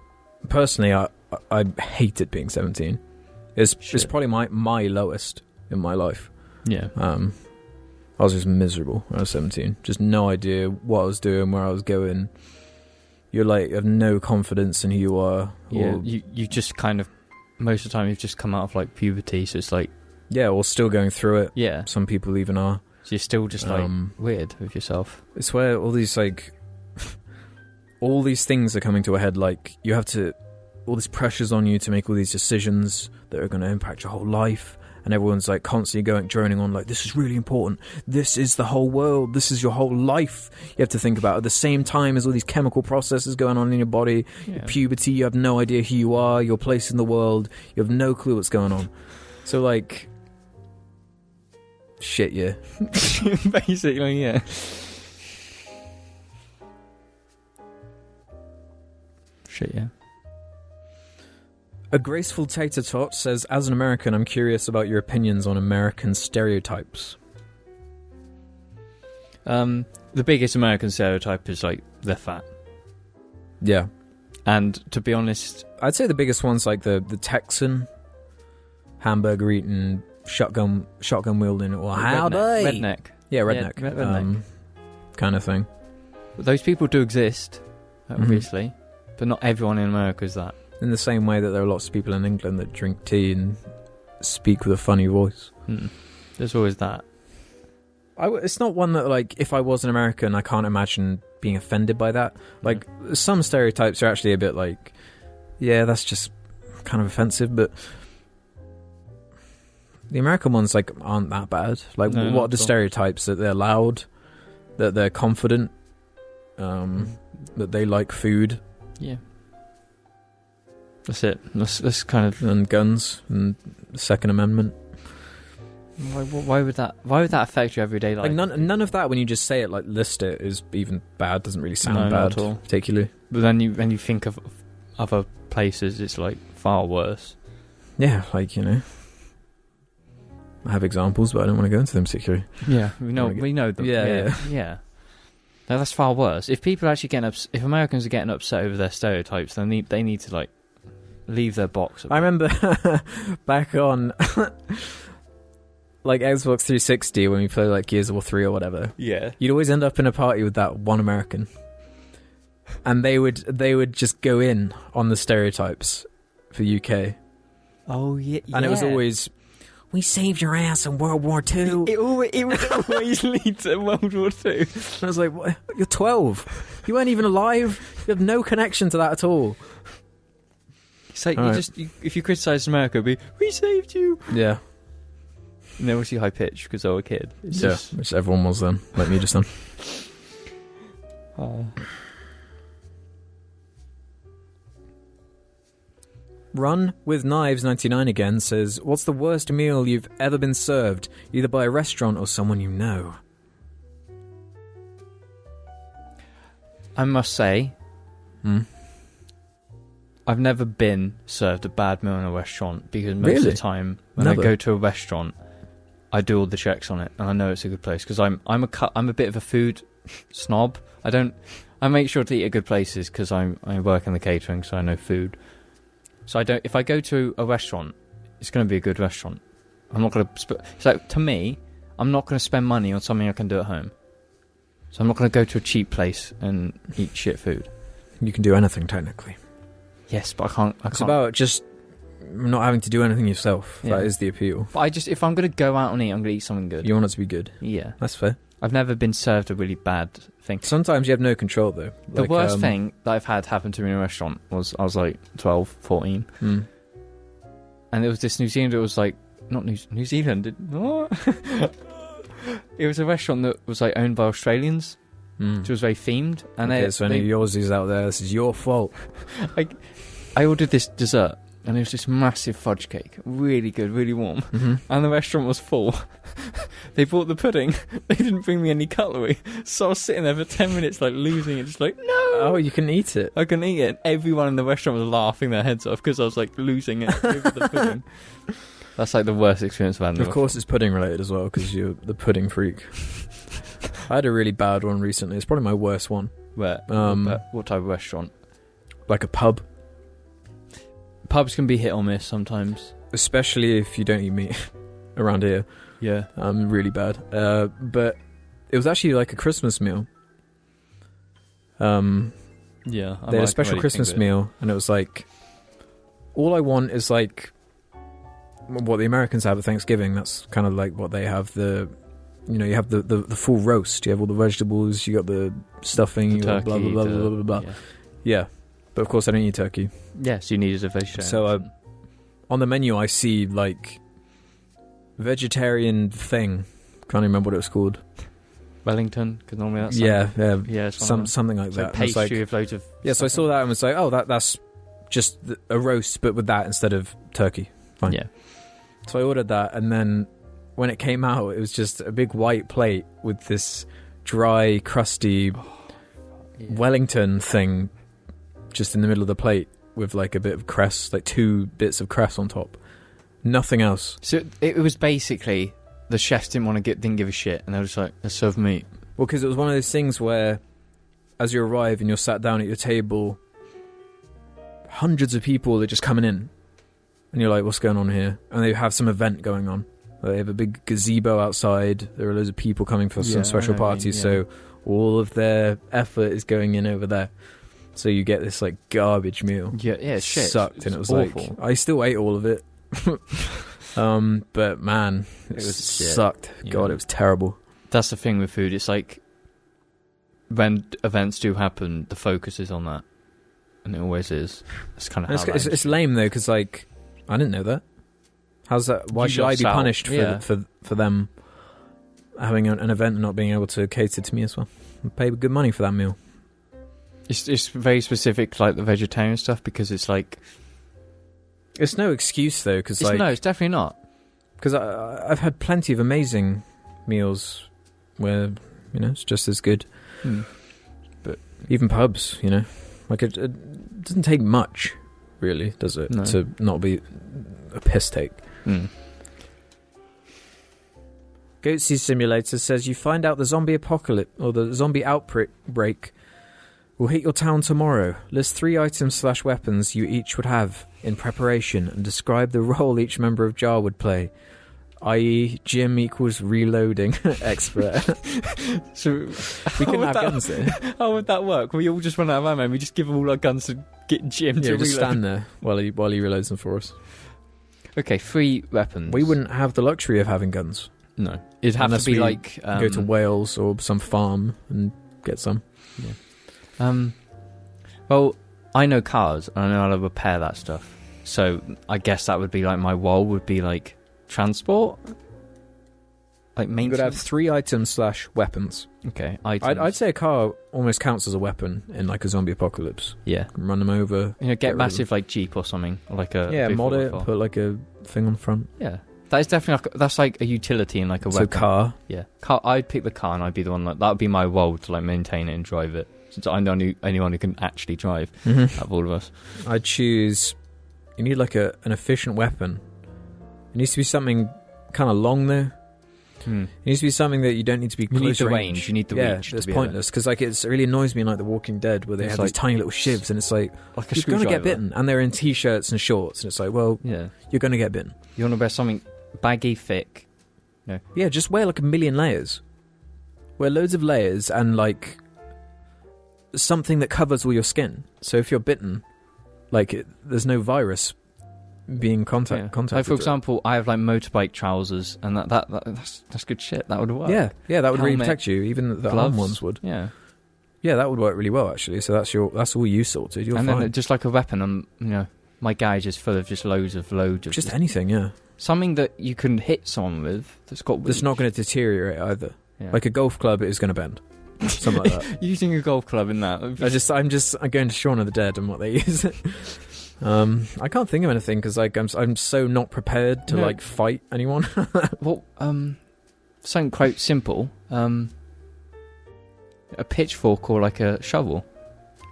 Speaker 4: personally, I I I hated being seventeen. It's it's
Speaker 3: Shit.
Speaker 4: probably my my lowest in my life.
Speaker 3: Yeah,
Speaker 4: Um, I was just miserable when I was seventeen. Just no idea what I was doing, where I was going. You're like you have no confidence in who you are.
Speaker 3: yeah.
Speaker 4: or,
Speaker 3: You you just kind of most of the time you've just come out of like puberty, so it's like
Speaker 4: yeah, or still going through it.
Speaker 3: yeah,
Speaker 4: Some people even are.
Speaker 3: so you're still just like
Speaker 4: Um,
Speaker 3: weird with yourself.
Speaker 4: It's where all these like all these things are coming to a head. Like you have to all this pressures on you to make all these decisions that are going to impact your whole life, and everyone's like constantly going droning on like this is really important. This is the whole world. This is your whole life. You have to think about at the same time as all these chemical processes going on in your body.
Speaker 3: Yeah.
Speaker 4: Puberty. You have no idea who you are. Your place in the world. You have no clue what's going on. So like. Shit, yeah.
Speaker 3: Basically, yeah. Shit, yeah.
Speaker 4: A graceful tater tot says, "As an American, I'm curious about your opinions on American stereotypes."
Speaker 3: Um, the biggest American stereotype is like they're fat,
Speaker 4: Yeah,
Speaker 3: and to be honest,
Speaker 4: I'd say the biggest ones like the the Texan, hamburger eating, shotgun shotgun wielding, or howdy,
Speaker 3: redneck, redneck.
Speaker 4: yeah, redneck,
Speaker 3: red- redneck.
Speaker 4: Um, kind of thing.
Speaker 3: Those people do exist,
Speaker 4: Mhm.
Speaker 3: obviously, but not everyone in America is that.
Speaker 4: In the same way that there are lots of people in England that drink tea and speak with a funny voice.
Speaker 3: Mm. There's always that.
Speaker 4: I w- it's not one that like if I was an American, I can't imagine being offended by that.
Speaker 3: Mm.
Speaker 4: Like some stereotypes are actually a bit like, yeah, that's just kind of offensive. But the American ones like aren't that bad. Like,
Speaker 3: No,
Speaker 4: what
Speaker 3: not
Speaker 4: are the
Speaker 3: at all.
Speaker 4: stereotypes that they're loud, that they're confident, um,
Speaker 3: Mm.
Speaker 4: that they like food
Speaker 3: Yeah. That's it. That's that's kind of
Speaker 4: and guns and Second Amendment.
Speaker 3: why, why would that why would that affect your everyday life?
Speaker 4: Like none, none of that when you just say it like list it is even bad. Doesn't really sound
Speaker 3: No,
Speaker 4: bad
Speaker 3: not at all.
Speaker 4: particularly.
Speaker 3: But then you when you think of other places, it's like far worse.
Speaker 4: Yeah, like you know, I have examples, but I don't want to go into them particularly.
Speaker 3: Yeah, we know
Speaker 4: Wanna get-
Speaker 3: we know them.
Speaker 4: Yeah,
Speaker 3: yeah. yeah. No, that's far worse. If people are actually getting ups- if Americans are getting upset over their stereotypes, then need they need to like leave their box.
Speaker 4: I remember back on like Xbox 360 when we played like Gears of War 3 or whatever.
Speaker 3: Yeah.
Speaker 4: You'd always end up in a party with that one American, and they would they would just go in on the stereotypes for UK.
Speaker 3: Oh yeah.
Speaker 4: and it was always we saved your ass in World War Two.
Speaker 3: It, always, it would always lead to World War Two.
Speaker 4: And I was like, what? "You're 12. You weren't even alive. You have no connection to that at all."
Speaker 3: It's like
Speaker 4: All
Speaker 3: you
Speaker 4: right.
Speaker 3: just you, if you criticise America, it'd be we saved you.
Speaker 4: Yeah,
Speaker 3: And they're obviously high pitched because they're a kid. It's
Speaker 4: yeah.
Speaker 3: just-
Speaker 4: Which everyone was then, like me just then.
Speaker 3: oh.
Speaker 4: Run with Knives 99 again says, "What's the worst meal you've ever been served, either by a restaurant or someone you know?"
Speaker 3: I must say,
Speaker 4: Hmm.
Speaker 3: I've never been served a bad meal in a restaurant because most of
Speaker 4: Really?
Speaker 3: the time when
Speaker 4: Never?
Speaker 3: I go to a restaurant, I do all the checks on it and I know it's a good place because I'm I'm a cu- I'm a bit of a food snob. I don't I make sure to eat at good places because I I work in the catering, so I know food. So I don't. If I go to a restaurant, it's going to be a good restaurant. I'm not going to. Sp- so to me, I'm not going to spend money on something I can do at home. So I'm not going to go to a cheap place and eat shit food.
Speaker 4: You can do anything technically.
Speaker 3: Yes, but I can't. I can't.
Speaker 4: It's about just not having to do anything yourself.
Speaker 3: Yeah.
Speaker 4: That is the appeal.
Speaker 3: but I just if I'm going to go out and eat, I'm going to eat something good.
Speaker 4: You want it to be good.
Speaker 3: yeah,
Speaker 4: That's fair.
Speaker 3: I've never been served a really bad thing.
Speaker 4: Sometimes you have no control though.
Speaker 3: the
Speaker 4: Like,
Speaker 3: worst
Speaker 4: um,
Speaker 3: thing that I've had happen to me in a restaurant was I was like 12, 14,
Speaker 4: mm.
Speaker 3: and it was this New Zealand. It was like not New New Zealand. It, it was a restaurant that was like owned by Australians.
Speaker 4: Mm.
Speaker 3: It was very themed, and
Speaker 4: okay,
Speaker 3: they,
Speaker 4: so
Speaker 3: they-
Speaker 4: any of yours is out there, this is your fault.
Speaker 3: I ordered this dessert, and it was this massive fudge cake, really good, really warm, and the restaurant was full. they bought the pudding. They didn't bring me any cutlery, so I was sitting there for ten minutes, like losing it, just like no,
Speaker 4: Oh, you can eat it.
Speaker 3: I can eat it. Everyone in the restaurant was laughing their heads off because I was like losing it over the pudding. That's like the worst experience I've had. in the
Speaker 4: Of course, it's pudding related as well because you're the pudding freak. I had a really bad one recently. It's probably my worst one.
Speaker 3: restaurant. Where?
Speaker 4: Um,
Speaker 3: But what type of restaurant?
Speaker 4: Like a pub,
Speaker 3: Pubs can be hit or miss sometimes.
Speaker 4: especially if you don't eat meat around here.
Speaker 3: Yeah.
Speaker 4: Um, really bad. Uh, but it was actually like a Christmas meal. Um,
Speaker 3: Yeah. I
Speaker 4: they
Speaker 3: like
Speaker 4: had a special
Speaker 3: already
Speaker 4: Christmas
Speaker 3: think of it.
Speaker 4: meal, and it was like, all I want is like what the Americans have at Thanksgiving. That's kind of like what they have. The you know you have the, the, the full roast. You have all the vegetables. You got the stuffing.
Speaker 3: The
Speaker 4: you got blah blah
Speaker 3: turkey,
Speaker 4: blah
Speaker 3: the-
Speaker 4: blah blah blah. blah.
Speaker 3: Yeah.
Speaker 4: Yeah. But of course, I don't eat turkey.
Speaker 3: Yes, you needed a vegetarian.
Speaker 4: So, uh, On the menu, I see like vegetarian thing. Can't remember what it was called.
Speaker 3: Wellington, because normally that's
Speaker 4: yeah, yeah,
Speaker 3: like, yeah, it's one
Speaker 4: some
Speaker 3: of them.
Speaker 4: something like
Speaker 3: so
Speaker 4: that. And it's
Speaker 3: pastry
Speaker 4: like-
Speaker 3: with loads of
Speaker 4: yeah, so I saw that and was like, oh, that that's just th- a roast, but with that instead of turkey. fine.
Speaker 3: Yeah,
Speaker 4: So I ordered that, and then when it came out, it was just a big white plate with this dry, crusty Wellington thing, just in the middle of the plate with like a bit of cress, like two bits of cress on top. Nothing else.
Speaker 3: So it, it was basically the chefs didn't want to get didn't give a shit, and they were just like, "Let's serve meat."
Speaker 4: Well, because it was one of those things where, as you arrive and you're sat down at your table, hundreds of people are just coming in, and you're like, "What's going on here?" And they have some event going on. They have a big gazebo outside. There are loads of people coming for
Speaker 3: Yeah, I
Speaker 4: some special
Speaker 3: know what you
Speaker 4: parties,
Speaker 3: mean,
Speaker 4: so all of their effort is going in over there. So you get this like garbage meal.
Speaker 3: Yeah, yeah,
Speaker 4: It
Speaker 3: shit
Speaker 4: sucked,
Speaker 3: It's
Speaker 4: and it was
Speaker 3: awful.
Speaker 4: like I still ate all of it. um, but man, it,
Speaker 3: It was shit.
Speaker 4: sucked.
Speaker 3: Yeah.
Speaker 4: God, it was terrible.
Speaker 3: That's the thing with food. It's like when events do happen, the focus is on that, and it always is. It's kind of
Speaker 4: And
Speaker 3: how
Speaker 4: It's,
Speaker 3: that
Speaker 4: it's,
Speaker 3: is.
Speaker 4: it's lame though, because like I didn't know that. How's that? Why
Speaker 3: You
Speaker 4: should I
Speaker 3: lost
Speaker 4: be
Speaker 3: out,
Speaker 4: punished for
Speaker 3: yeah.
Speaker 4: for for them having an, an event and not being able to cater to me as well? I paid good money for that meal.
Speaker 3: It's it's very specific, like the vegetarian stuff, because it's like,
Speaker 4: It's no excuse though, because
Speaker 3: it's- no, it's definitely not.
Speaker 4: because I've had plenty of amazing meals where you know it's just as good.
Speaker 3: Hmm.
Speaker 4: Even pubs, you know, like it, it doesn't take much, really, does it,
Speaker 3: No.
Speaker 4: to not be a piss take.
Speaker 3: Hmm.
Speaker 4: Goatsy Simulator says you find out the zombie apocalypse or the zombie outbreak break will hit your town tomorrow. List three items slash weapons you each would have in preparation and describe the role each member of Jar would play. I.e., Jim equals reloading expert.
Speaker 3: So
Speaker 4: we couldn't
Speaker 3: would
Speaker 4: have
Speaker 3: that-
Speaker 4: guns there.
Speaker 3: how would that work? We all just run out of ammo. and We just give them all our guns to get Jim
Speaker 4: Yeah,
Speaker 3: to
Speaker 4: just
Speaker 3: reload.
Speaker 4: stand there while he while he reloads them for us.
Speaker 3: Okay, three weapons.
Speaker 4: We wouldn't have the luxury of having guns.
Speaker 3: No, it'd have
Speaker 4: Unless
Speaker 3: to be
Speaker 4: we
Speaker 3: like um,
Speaker 4: Go to Wales or some farm and get some.
Speaker 3: Um, well, I know cars, and I know how to repair that stuff. So I guess that would be like my wall would be like transport, like
Speaker 4: You could have
Speaker 3: maintenance.
Speaker 4: three items slash weapons.
Speaker 3: Okay, items.
Speaker 4: I'd, I'd say a car almost counts as a weapon in like a zombie apocalypse.
Speaker 3: yeah,
Speaker 4: Can Run them over. uh,
Speaker 3: you know,
Speaker 4: rid
Speaker 3: get
Speaker 4: of
Speaker 3: massive like Jeep or something, or like a
Speaker 4: yeah,
Speaker 3: big
Speaker 4: mod it.
Speaker 3: 4x4.
Speaker 4: Put like a thing on the front.
Speaker 3: Yeah, that is definitely like, that's like a utility and like a
Speaker 4: So
Speaker 3: weapon.
Speaker 4: car.
Speaker 3: Yeah, car. I'd pick the car, and I'd be the one like that would be my role to like maintain it and drive it. Since I'm the only anyone who can actually drive out of all of us.
Speaker 4: I'd choose. You need like a an efficient weapon. It needs to be something kind of long though.
Speaker 3: Hmm.
Speaker 4: It needs to be something that you don't need to be
Speaker 3: You
Speaker 4: close
Speaker 3: need the range.
Speaker 4: range.
Speaker 3: You need the
Speaker 4: yeah,
Speaker 3: reach. to
Speaker 4: that's
Speaker 3: be able to-
Speaker 4: pointless because like it's, it really annoys me in like The Walking Dead where they
Speaker 3: It's
Speaker 4: have these
Speaker 3: like-
Speaker 4: tiny little shivs and it's like
Speaker 3: Like a
Speaker 4: you're gonna get
Speaker 3: screwdriver.
Speaker 4: bitten and they're in t-shirts and shorts and it's like well
Speaker 3: Yeah.
Speaker 4: you're gonna get bitten.
Speaker 3: You want to wear something baggy, thick.
Speaker 4: Yeah, just wear like a million layers. Wear loads of layers and like something that covers all your skin. So if you're bitten, like it, there's no virus being contact
Speaker 3: Yeah.
Speaker 4: contact.
Speaker 3: Like for example, I have like motorbike trousers, and that, that, that that's that's good shit. That would work.
Speaker 4: yeah, yeah, that would really
Speaker 3: Helmet,
Speaker 4: protect you. Even the arm
Speaker 3: gloves.
Speaker 4: ones would.
Speaker 3: yeah.
Speaker 4: Yeah, that would work really well actually. So that's your that's all you sorted. You're
Speaker 3: and
Speaker 4: fine.
Speaker 3: then just like a weapon, and you know, my garage is full of just loads of loads of
Speaker 4: just anything, yeah.
Speaker 3: something that you can hit someone with. That's got.
Speaker 4: That's not going to deteriorate either.
Speaker 3: Yeah.
Speaker 4: Like a golf club is going to bend. Something like that.
Speaker 3: using a golf club in that. would be-
Speaker 4: I just, I'm just, I'm going to Shaun of the Dead and what they use. um, I can't think of anything because like I'm, s- I'm so not prepared to
Speaker 3: No.
Speaker 4: like fight anyone.
Speaker 3: well, um, something quite simple. Um, a pitchfork or like a shovel,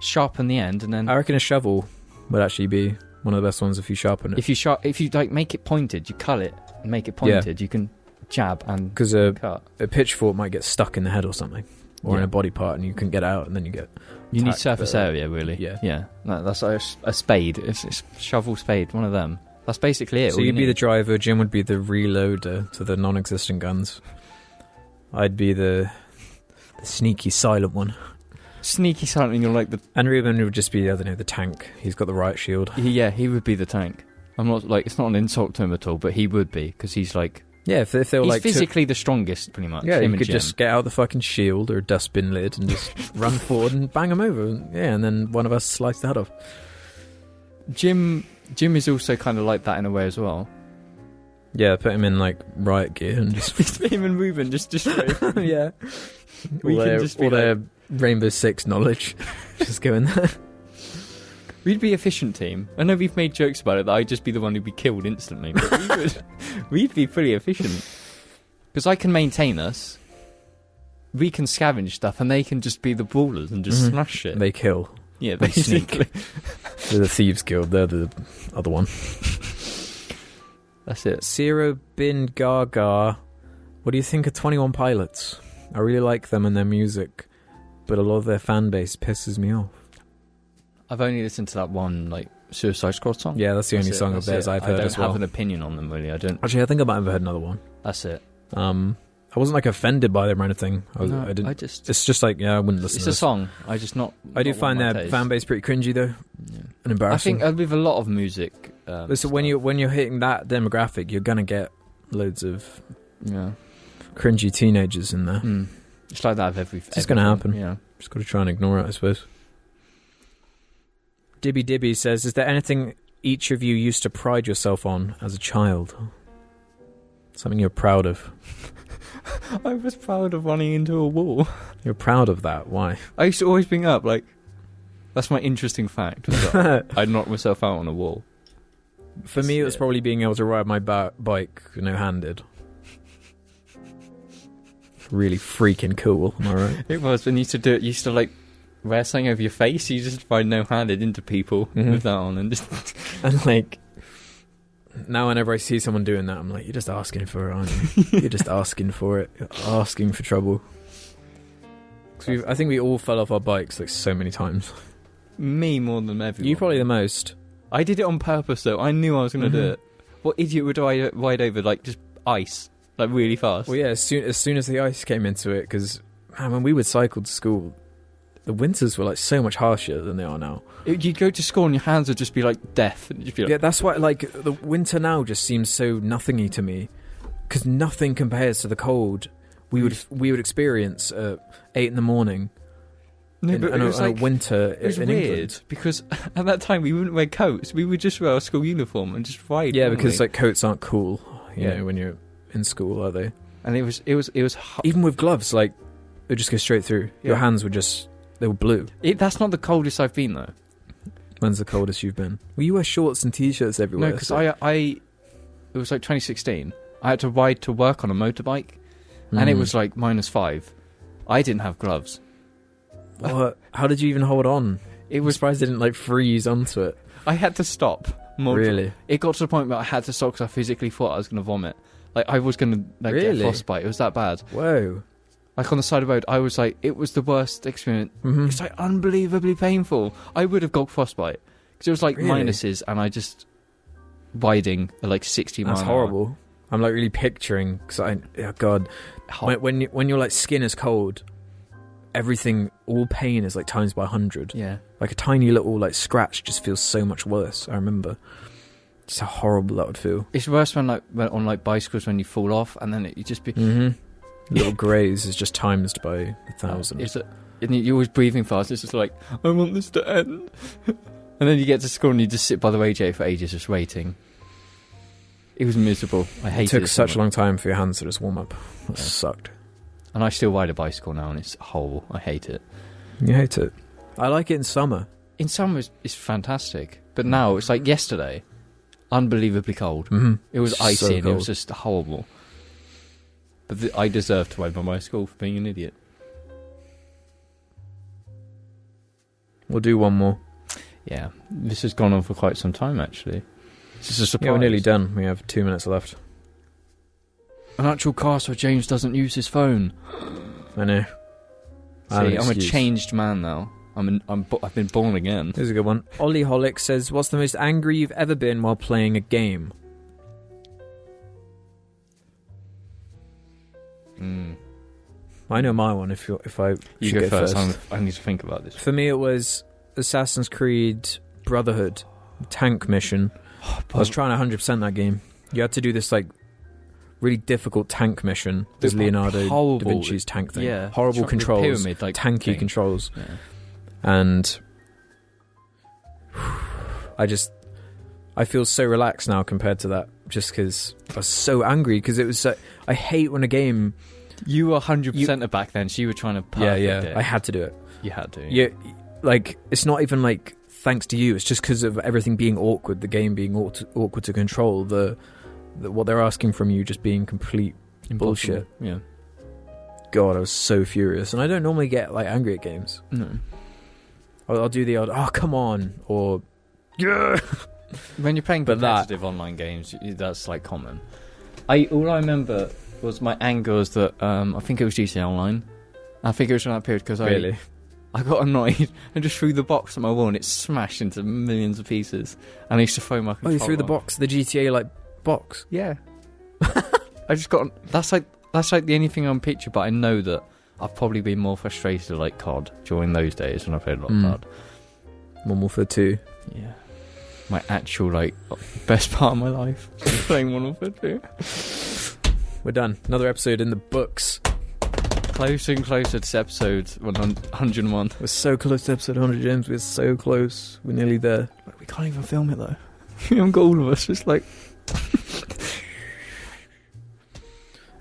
Speaker 3: sharpen the end, and then
Speaker 4: I reckon a shovel would actually be one of the best ones if you sharpen it.
Speaker 3: If you sharp, if you like make it pointed, you cut it and make it
Speaker 4: Yeah.
Speaker 3: pointed. You can jab and
Speaker 4: Because a,
Speaker 3: cut.
Speaker 4: a pitchfork might get stuck in the head or something, or in
Speaker 3: Yeah.
Speaker 4: a body part, and you can get out, and then you get.
Speaker 3: You need
Speaker 4: Attack,
Speaker 3: surface
Speaker 4: uh,
Speaker 3: area, really.
Speaker 4: yeah.
Speaker 3: yeah. No, that's a, s- a spade. It's, it's shovel spade. One of them. That's basically it.
Speaker 4: so
Speaker 3: all you
Speaker 4: you'd be the
Speaker 3: need.
Speaker 4: driver. Jim would be the reloader to the non-existent guns. I'd be the, the sneaky silent one.
Speaker 3: sneaky something. You're like the
Speaker 4: And Ruben would just be, I don't know, the tank. He's got the riot shield.
Speaker 3: he- yeah. He would be the tank. I'm not like it's not an insult to him at all, but he would be because he's like
Speaker 4: Yeah, if, if they were
Speaker 3: he's
Speaker 4: like, to-
Speaker 3: physically the strongest, pretty much.
Speaker 4: yeah,
Speaker 3: him
Speaker 4: you
Speaker 3: and
Speaker 4: could
Speaker 3: Jim.
Speaker 4: just get out the fucking shield or a dustbin lid and just run forward and bang him over. Yeah, and then one of us slice the head off.
Speaker 3: Jim. Jim is also kind of like that in a way as well.
Speaker 4: Yeah, put him in like riot gear and just
Speaker 3: him and Ruben just just
Speaker 4: yeah,
Speaker 3: We
Speaker 4: all
Speaker 3: can
Speaker 4: their,
Speaker 3: just be
Speaker 4: all their Rainbow Six knowledge. just go in there.
Speaker 3: We'd be efficient team. I know we've made jokes about it that I'd just be the one who'd be killed instantly. But we would, we'd be pretty efficient because I can maintain us. We can scavenge stuff, and they can just be the brawlers and just
Speaker 4: Mhm.
Speaker 3: smash it.
Speaker 4: They kill.
Speaker 3: yeah,
Speaker 4: they sneak.
Speaker 3: basically.
Speaker 4: They're the thieves guild. They're the other one.
Speaker 3: That's it.
Speaker 4: Zero Bin Gaga. What do you think of 21 Pilots? I really like them and their music, but a lot of their fan base pisses me off.
Speaker 3: I've only listened to that one like Suicide Squad song.
Speaker 4: Yeah, that's the only
Speaker 3: That's it,
Speaker 4: song
Speaker 3: that's
Speaker 4: of theirs
Speaker 3: it.
Speaker 4: I've
Speaker 3: I
Speaker 4: heard
Speaker 3: don't
Speaker 4: as well.
Speaker 3: have an opinion on them really. I don't.
Speaker 4: Actually, I think I might have heard another one.
Speaker 3: That's it.
Speaker 4: Um, I wasn't like offended by them or anything. I, was,
Speaker 3: No,
Speaker 4: I didn't.
Speaker 3: I just.
Speaker 4: it's just like yeah, I wouldn't listen.
Speaker 3: It's
Speaker 4: to
Speaker 3: a
Speaker 4: this.
Speaker 3: song. I just not.
Speaker 4: I do
Speaker 3: not
Speaker 4: find
Speaker 3: one of
Speaker 4: their
Speaker 3: my taste.
Speaker 4: fan base pretty cringy though
Speaker 3: Yeah.
Speaker 4: and
Speaker 3: I
Speaker 4: embarrassing.
Speaker 3: think uh, with a lot of music. Um,
Speaker 4: so when
Speaker 3: stuff.
Speaker 4: you when you're hitting that demographic, you're gonna get loads of
Speaker 3: Yeah.
Speaker 4: cringy teenagers in there.
Speaker 3: Mm. It's like that of every. It's
Speaker 4: just gonna happen.
Speaker 3: Yeah.
Speaker 4: Just got to try and ignore it, I suppose. Dibby Dibby says, "Is there anything each of you used to pride yourself on as a child? Something you're proud of?
Speaker 3: I was proud of running into a wall.
Speaker 4: You're proud of that? Why?
Speaker 3: I used to always bring up like, That's my interesting fact. was that I knocked myself out on a wall.
Speaker 4: For me, it was probably being able to ride my ba- bike no handed. Really freaking cool, am I right?
Speaker 3: It was when you used to do it. You used to like wear something over your face. You just ride no handed into people
Speaker 4: Mhm.
Speaker 3: with that on, and just
Speaker 4: And like, now whenever I see someone doing that, I'm like, you're just asking for it, aren't you? you're just asking for it. You're asking for trouble. 'Cause we've- I think we all fell off our bikes like so many times.
Speaker 3: me more than everyone.
Speaker 4: You probably the most.
Speaker 3: I did it on purpose though. I knew I was going to
Speaker 4: Mhm.
Speaker 3: do it. What idiot would I ride over like just ice, like really fast?
Speaker 4: Well, yeah. As soon as soon as the ice came into it, because man, when we would cycle to school, the winters were like so much harsher than they are now.
Speaker 3: It- You'd go to school and your hands would just be like deaf. And you'd be
Speaker 4: Yeah,
Speaker 3: like,
Speaker 4: that's why like the winter now just seems so nothingy to me, because nothing compares to the cold we would
Speaker 3: Mm.
Speaker 4: we would experience at eight in the morning
Speaker 3: no,
Speaker 4: in,
Speaker 3: but
Speaker 4: on
Speaker 3: it
Speaker 4: a,
Speaker 3: was
Speaker 4: on a
Speaker 3: like
Speaker 4: winter
Speaker 3: It was
Speaker 4: in
Speaker 3: weird
Speaker 4: England.
Speaker 3: because at that time we wouldn't wear coats. We would just wear our school uniform and just ride.
Speaker 4: Yeah,
Speaker 3: wouldn't
Speaker 4: because
Speaker 3: we?
Speaker 4: like coats aren't cool, you
Speaker 3: Yeah.
Speaker 4: know, when you're in school, are they?
Speaker 3: and it was it was it was. hu-
Speaker 4: Even with gloves, like it would just go straight through.
Speaker 3: Yeah.
Speaker 4: Your hands would just they were blue.
Speaker 3: It, that's not the coldest I've been though.
Speaker 4: When's the coldest you've been? Well, you wear shorts and t-shirts everywhere.
Speaker 3: No, because
Speaker 4: so-
Speaker 3: I I it was like 2016. I had to ride to work on a motorbike and it
Speaker 4: Mm.
Speaker 3: was like minus five. I didn't have gloves.
Speaker 4: What? How did you even hold on?
Speaker 3: uh, It
Speaker 4: I was
Speaker 3: was
Speaker 4: surprised they didn't like freeze onto it.
Speaker 3: I had to stop. multi-
Speaker 4: Really?
Speaker 3: It got to the point where I had to stop because I physically thought I was going to vomit. Like I was going to like
Speaker 4: Really?
Speaker 3: get frostbite. It was that bad.
Speaker 4: Whoa.
Speaker 3: Like on the side of the road, I was like, it was the worst experience.
Speaker 4: hmm
Speaker 3: It's like unbelievably painful. I would have got frostbite because it was like
Speaker 4: Really?
Speaker 3: minuses, and I just riding at like sixty miles.
Speaker 4: That's
Speaker 3: an
Speaker 4: horrible. I'm like really picturing because I, oh god,
Speaker 3: hour. Hot.
Speaker 4: when when, you, when your like skin is cold, everything, all pain is like times by hundred.
Speaker 3: yeah,
Speaker 4: Like a tiny little like scratch just feels so much worse. I remember. Just how horrible that would feel.
Speaker 3: it's worse when like when, on like bicycles when you fall off, and then it, you just be
Speaker 4: Mm-hmm. Little graze is just times by a thousand.
Speaker 3: Oh, It's a, and you- you're always breathing fast. It's just like I want this to end, and then you get to school and you just sit by the radio for ages, just waiting. It was miserable. I hated
Speaker 4: it took
Speaker 3: it so
Speaker 4: such
Speaker 3: much.
Speaker 4: a long time for your hands to just warm up. That
Speaker 3: Yeah.
Speaker 4: sucked.
Speaker 3: and I still ride a bicycle now, and it's horrible. I hate it.
Speaker 4: You hate it. I like it in summer.
Speaker 3: In summer, it's, it's fantastic, but now it's like yesterday, unbelievably cold.
Speaker 4: Mm-hmm.
Speaker 3: It was
Speaker 4: So
Speaker 3: icy and it
Speaker 4: cold.
Speaker 3: was just horrible. But th- I deserve to ride by my school for being an idiot.
Speaker 4: We'll do one more.
Speaker 3: Yeah, this has gone on for quite some time actually. This is a surprise.
Speaker 4: Yeah, we're nearly done. We have two minutes left.
Speaker 3: An actual cast where James doesn't use his phone.
Speaker 4: I know.
Speaker 3: See,
Speaker 4: I have
Speaker 3: I'm
Speaker 4: an
Speaker 3: a
Speaker 4: excuse.
Speaker 3: changed man now. I'm an, I'm bo- I've been born again.
Speaker 4: This is a good one. Ollie Holick says, "What's the most angry you've ever been while playing a game?"
Speaker 3: Mm.
Speaker 4: I know my one. If you if I
Speaker 3: You
Speaker 4: should
Speaker 3: go, first. I'm- I need to think about this.
Speaker 4: For me, it was Assassin's Creed Brotherhood tank mission. I
Speaker 3: Hmm.
Speaker 4: was trying 100 percent that game. You had to do this like really difficult tank mission. This
Speaker 3: Dude,
Speaker 4: Leonardo da
Speaker 3: horrible-
Speaker 4: Vinci's tank thing.
Speaker 3: Yeah,
Speaker 4: horrible
Speaker 3: Try- the
Speaker 4: controls,
Speaker 3: pyramid, like,
Speaker 4: tanky
Speaker 3: thing.
Speaker 4: controls.
Speaker 3: Yeah.
Speaker 4: and I just I feel so relaxed now compared to that just because I was so angry because it was so, I hate when a game
Speaker 3: You were 100 percent back then, so you were trying to perfect it.
Speaker 4: I had to do it
Speaker 3: you had to.
Speaker 4: yeah like it's not even like thanks to you it's just because of everything being awkward the game being aw- awkward to control the, the what they're asking from you just being complete
Speaker 3: Impossible.
Speaker 4: bullshit.
Speaker 3: Yeah.
Speaker 4: god I was so furious and I don't normally get like angry at games
Speaker 3: No.
Speaker 4: I'll, I'll do the odd oh come on or yeah
Speaker 3: When you're playing
Speaker 4: But that-
Speaker 3: competitive online games, y- that's like common. I all I remember was my anger was that um, I think it was GTA Online. I think it was in that period because I I got annoyed and just threw the box at my wall and it smashed into millions of pieces. And I used to throw my
Speaker 4: Oh,
Speaker 3: controller.
Speaker 4: you threw the box, the GTA like box.
Speaker 3: Yeah. I just got that's like that's like the only thing I can picture. But I know that I've probably been more frustrated like COD during those days when I played a lot
Speaker 4: Mm.
Speaker 3: of COD.
Speaker 4: Modern Warfare Two.
Speaker 3: Yeah. My actual like best part of my life playing Modern Warfare 2.
Speaker 4: We're done. Another episode in the books.
Speaker 3: Closer and closer to episode 101.
Speaker 4: We're so close to episode 100, James. We're so close. We're nearly there.
Speaker 3: We can't even film it though. we haven't got all of us. It's like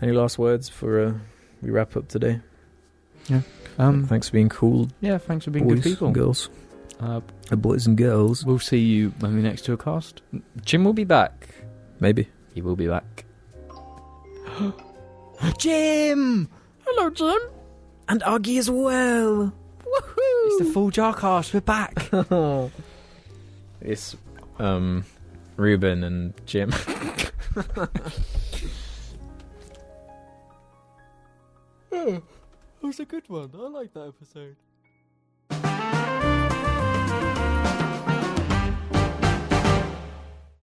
Speaker 4: Any last words before uh, we wrap up today?
Speaker 3: um
Speaker 4: Thanks for being cool,
Speaker 3: yeah. Thanks for Um, being
Speaker 4: boys
Speaker 3: good people.
Speaker 4: and girls.
Speaker 3: Uh,
Speaker 4: Uh, boys and girls.
Speaker 3: we'll see you when we next do a cast. Jim will be back.
Speaker 4: Maybe.
Speaker 3: He will be back. Jim!
Speaker 4: Hello, Jim. And Augie as well.
Speaker 3: It's the full jar cast. We're back.
Speaker 4: It's um, Ruben and Jim.
Speaker 2: That was a good one. I like that episode.